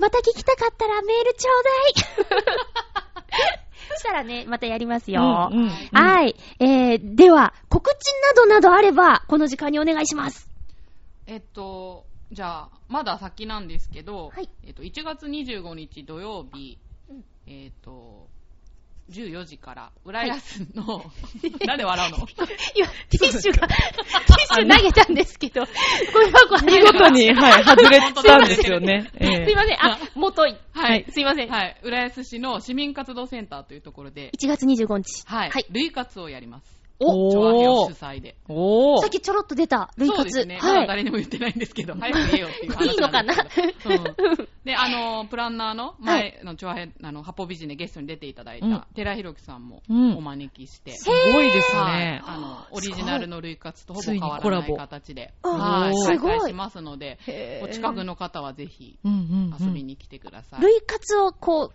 [SPEAKER 1] また聞きたかったらメールちょうだい。 そしたらね、またやりますよ。
[SPEAKER 3] うんうん
[SPEAKER 1] はい。えー、では、告知などなどあれば、この時間にお願いします。
[SPEAKER 4] えっと、じゃあ、まだ先なんですけど、
[SPEAKER 1] はい
[SPEAKER 4] えっと、1月25日土曜日、
[SPEAKER 1] うん
[SPEAKER 4] えっと、14時から、浦安の、 なんで笑うの
[SPEAKER 1] いや、ティッシュが、ティッシュ投げたんですけど、これ箱
[SPEAKER 3] 見事に、はい、外れたんですよね。
[SPEAKER 1] すいません。あ、元い。
[SPEAKER 4] はい
[SPEAKER 1] すいません。
[SPEAKER 4] はい、浦安市の市民活動センターというところで、
[SPEAKER 1] 1月25日。
[SPEAKER 4] はい
[SPEAKER 1] はい、
[SPEAKER 4] 類活をやります。
[SPEAKER 3] お
[SPEAKER 4] 調和平を主催で。
[SPEAKER 3] せん。おー
[SPEAKER 1] さっきちょろっと出た、類
[SPEAKER 4] そうです
[SPEAKER 1] 活。
[SPEAKER 4] ね。ま
[SPEAKER 1] は
[SPEAKER 4] だ
[SPEAKER 1] い。
[SPEAKER 4] 誰にも言ってないんですけど、早く言えよっていう話
[SPEAKER 1] いいのか
[SPEAKER 4] な
[SPEAKER 1] なん
[SPEAKER 4] ですけど。うんで、あの、プランナーの前の長編、あの、八方美人でゲストに出ていただい
[SPEAKER 3] うん
[SPEAKER 4] た、寺弘樹さんも
[SPEAKER 3] うん
[SPEAKER 4] お招きして、
[SPEAKER 3] すごいです
[SPEAKER 4] はい
[SPEAKER 3] ね。
[SPEAKER 4] あの、オリジナルの類活とほぼ変わ
[SPEAKER 3] ついにコラ
[SPEAKER 4] らな
[SPEAKER 3] ボ
[SPEAKER 4] い形で、
[SPEAKER 1] あ
[SPEAKER 4] はい、
[SPEAKER 3] す
[SPEAKER 4] 再
[SPEAKER 1] ごい
[SPEAKER 4] 開しますので、お近く
[SPEAKER 3] の
[SPEAKER 4] の方はぜひ遊
[SPEAKER 3] 遊
[SPEAKER 4] びに来てください。
[SPEAKER 1] 類活をこう、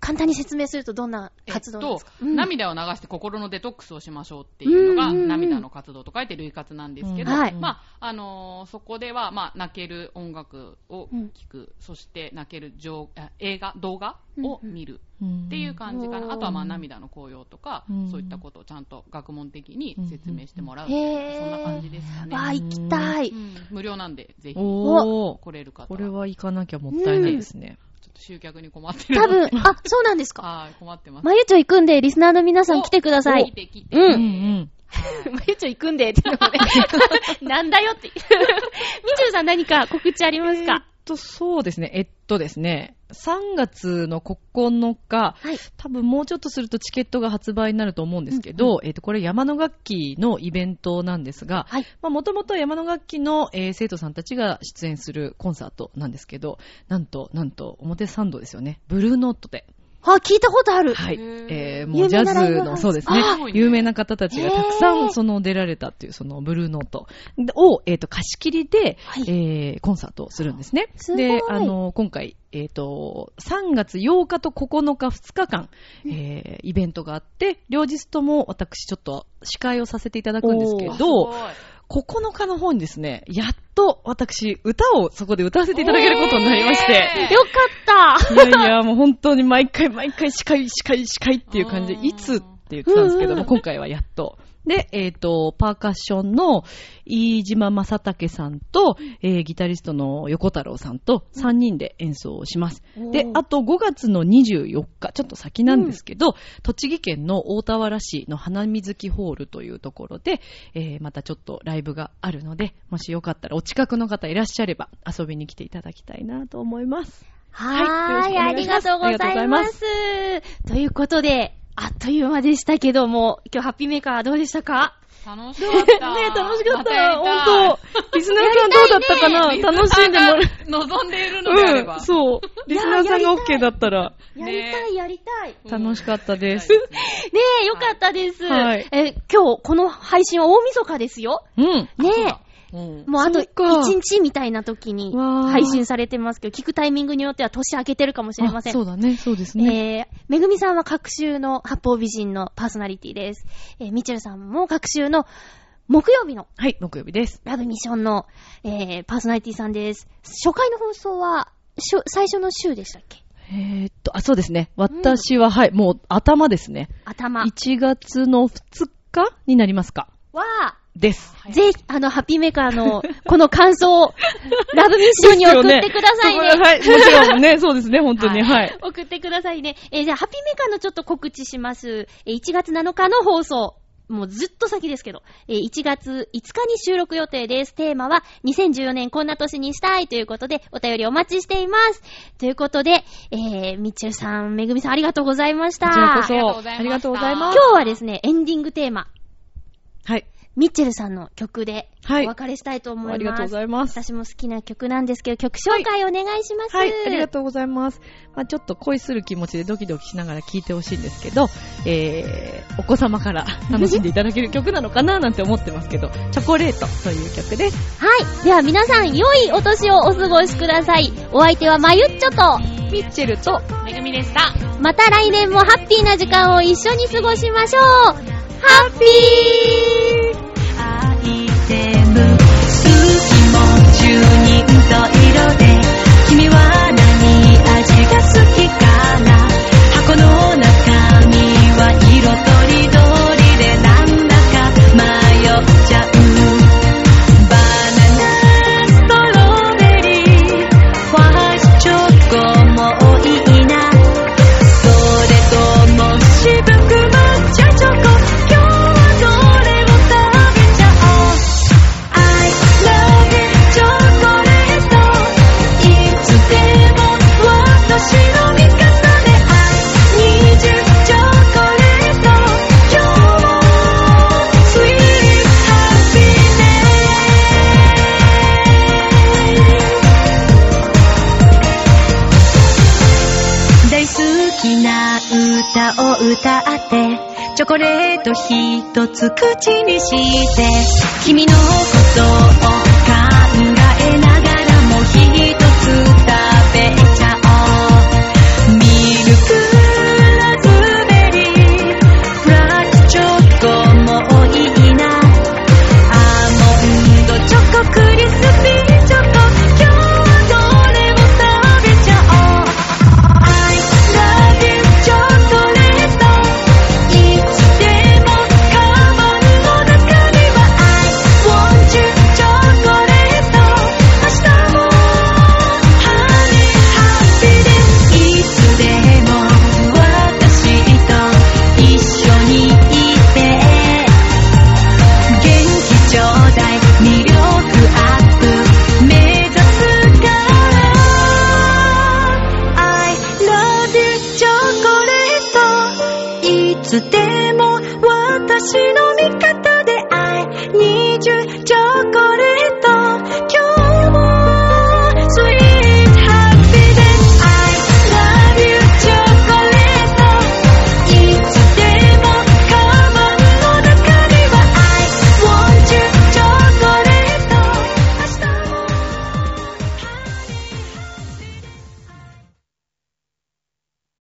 [SPEAKER 1] 簡単に説明するとどんな
[SPEAKER 4] えっ
[SPEAKER 1] 活動なんで
[SPEAKER 4] と
[SPEAKER 1] すか、、うん
[SPEAKER 4] 涙を流して心のデトックスをしましょうっていうのが、
[SPEAKER 1] うんうんうん
[SPEAKER 4] 涙の活動と書いて類活なんですけど、
[SPEAKER 1] うんはい
[SPEAKER 4] まあ、あのーそこでは、まあ、泣ける音楽を聴く、そして泣ける情あ映画、動画を見る
[SPEAKER 3] っ
[SPEAKER 4] っていう感じかな。
[SPEAKER 1] うん
[SPEAKER 4] あとは、まあ、涙の効用とか、
[SPEAKER 3] うん
[SPEAKER 4] そういったことをちゃんと学問的に説明してもらう。
[SPEAKER 1] へー
[SPEAKER 4] そんな感じですかね。
[SPEAKER 1] わあ、行きたい。
[SPEAKER 4] うん無料なんで、ぜひ、来
[SPEAKER 3] おお、
[SPEAKER 4] れる方は
[SPEAKER 3] これは行かなきゃもったいないですね。
[SPEAKER 4] ちょっと集客に困ってる
[SPEAKER 1] 多
[SPEAKER 4] ので。
[SPEAKER 1] 分、あ、そうなんです か。
[SPEAKER 4] はい、困ってます。
[SPEAKER 1] まゆちょ行くんで、リスナーの皆さん来てくださ
[SPEAKER 4] 来
[SPEAKER 1] い。
[SPEAKER 4] て来て。
[SPEAKER 1] うん
[SPEAKER 3] うんうん。
[SPEAKER 1] まゆちょ行くんで、っていうの もね。なんだよって。み ちゅうさん何か告知ありますか
[SPEAKER 3] えーっと、そうですね。えっとですね、3月の9日、
[SPEAKER 1] はい
[SPEAKER 3] 多分もうちょっとするとチケットが発売になると思うんですけど、えっと、これ山の楽器のイベントなんですが、
[SPEAKER 1] はい
[SPEAKER 3] まあ、もともと山の楽器の、えー生徒さんたちが出演するコンサートなんですけど、なんと、なんと、表参道ですよね。ブルーノートで。
[SPEAKER 1] あ、聞いたことある。
[SPEAKER 3] はい。
[SPEAKER 4] へー
[SPEAKER 3] えー、もうジャ
[SPEAKER 1] 有名なライブ
[SPEAKER 3] ズ
[SPEAKER 1] ハウ
[SPEAKER 3] の、
[SPEAKER 1] ス
[SPEAKER 3] そうですね
[SPEAKER 4] あー。
[SPEAKER 3] 有名な方たちがたくさ
[SPEAKER 1] へ
[SPEAKER 3] ん、
[SPEAKER 1] ー
[SPEAKER 3] その、出られたっていう、その、ブルーノートを、えっ、と、貸し切りで、
[SPEAKER 1] はい
[SPEAKER 3] えーコンサートをするんですね。
[SPEAKER 1] すごい
[SPEAKER 3] で、あの、今回、えっ、と、3月8日と9日2日間、えーイベントがあって、両日とも私、ちょっと、司会をさせていただくんですけ
[SPEAKER 4] あす
[SPEAKER 3] ど、
[SPEAKER 4] ごい
[SPEAKER 3] 9日の方にですね、やっと、私、歌をそこで歌わせていただけることになりまして、
[SPEAKER 4] えー
[SPEAKER 1] よかった。
[SPEAKER 3] いやいや、もう本当に毎回毎回司会、司会、司会っていう感じ
[SPEAKER 4] う
[SPEAKER 3] で、
[SPEAKER 4] ん
[SPEAKER 3] いつって言ってたんですけど
[SPEAKER 1] うんう
[SPEAKER 3] も、
[SPEAKER 1] ん
[SPEAKER 3] 今回はやっと。で、えっ、と、パーカッションの飯島正武さんと、えーギタリストの横太郎さんと3人で演奏をします。で
[SPEAKER 1] お、ー
[SPEAKER 3] あと5月の24日、ちょっと先なんですけど、栃木県の大田原市の花水木ホールというところで、えーまたちょっとライブがあるので、もしよかったらお近くの方いらっしゃれば遊びに来ていただきたいなと思います。
[SPEAKER 1] はーい、あ
[SPEAKER 3] はいよろ
[SPEAKER 1] り
[SPEAKER 3] しくお願
[SPEAKER 1] が
[SPEAKER 3] いします
[SPEAKER 1] とうございます。ということで、あっという間でしたけども、今日ハッピーメーカーどうでしたか
[SPEAKER 4] 楽しかっ た。
[SPEAKER 3] ね楽しかった。
[SPEAKER 4] ま
[SPEAKER 3] 本当リスナーさんどうだったかな、
[SPEAKER 4] たやりたいね
[SPEAKER 3] 楽しんでもらえ
[SPEAKER 4] 望んでいるのであれ
[SPEAKER 3] う
[SPEAKER 4] ば。
[SPEAKER 3] ん、そう。リスナーさんが OK だったら、
[SPEAKER 1] や
[SPEAKER 4] ね
[SPEAKER 1] りたい、やりたい。ね
[SPEAKER 3] 楽しかったです。
[SPEAKER 1] え、よかったです。
[SPEAKER 3] はい
[SPEAKER 1] え、今日、この配信は大晦日ですよ。
[SPEAKER 3] うん。
[SPEAKER 1] ね
[SPEAKER 4] うん
[SPEAKER 1] え、もうあと
[SPEAKER 3] そうか
[SPEAKER 1] 1日みたいな時に
[SPEAKER 3] わー
[SPEAKER 1] 配信されてますけど、聞くタイミングによっては年明けてるかもしれません。
[SPEAKER 3] あそうだね、そうですね。
[SPEAKER 1] えー、めぐみさんは各週の八方美人のパーソナリティです。えー、みちゅるさんも各週の木曜日の
[SPEAKER 3] はい、木曜日です。
[SPEAKER 1] ラブミッションの、えー、パーソナリティさんです。初回の放送は、しょ最初の週でしたっけ
[SPEAKER 3] えーっと、あ、そうですね。私は、はい、もう頭ですね。
[SPEAKER 1] 頭
[SPEAKER 3] 1月の2日になりますか。
[SPEAKER 1] は、
[SPEAKER 3] です。
[SPEAKER 4] はい
[SPEAKER 1] ぜひ、あの、ハッピーメーカーの、この感想を、ラブミッションに送ってくださ い
[SPEAKER 3] ですよ
[SPEAKER 1] ね。
[SPEAKER 3] ねはい、もちろんね、そうですね、本当に、はい。
[SPEAKER 1] 送ってくださいね。えーじゃあ、ハッピーメーカーのちょっと告知します。えー1月7日の放送。もうずっと先ですけど、えー1月5日に収録予定です。テーマは、2014年こんな年にしたいということで、お便りお待ちしています。ということで、えー、みちゅさん、めぐみさん、ありがとうございました。
[SPEAKER 3] こちらこそ
[SPEAKER 1] 今
[SPEAKER 3] ありがとうございます
[SPEAKER 1] 日はですね、エンディングテーマ、
[SPEAKER 3] はい。
[SPEAKER 1] ミッチェルさんの曲で、
[SPEAKER 3] はい
[SPEAKER 1] お別れしたいと思います。
[SPEAKER 3] ありがとうございます
[SPEAKER 1] 私も好きな曲なんですけど、曲紹介お願いします。
[SPEAKER 3] はい、ありがとうございます。まあ、ちょっと恋する気持ちでドキドキしながら聴いてほしいんですけど、えー、お子様から楽しんでいただける曲なのかななんて思ってますけど、チョコレートという曲です。
[SPEAKER 1] はい。では皆さん、良いお年をお過ごしください。お相手はまゆっちょと、
[SPEAKER 3] ミッチェルと、
[SPEAKER 4] めぐみでした。
[SPEAKER 1] また来年もハッピーな時間を一緒に過ごしましょう。ハッピー
[SPEAKER 5] アイテム数奇も十人十色で君は何味が好きかな箱の中身は色とりどりでなんだか迷っちゃうバナナストロベリーファースチョコもいいなそれとも渋く抹茶チョコ今日はどれがいいを食べちゃおう I love it チョコレート
[SPEAKER 2] これと一つ口にして君のことを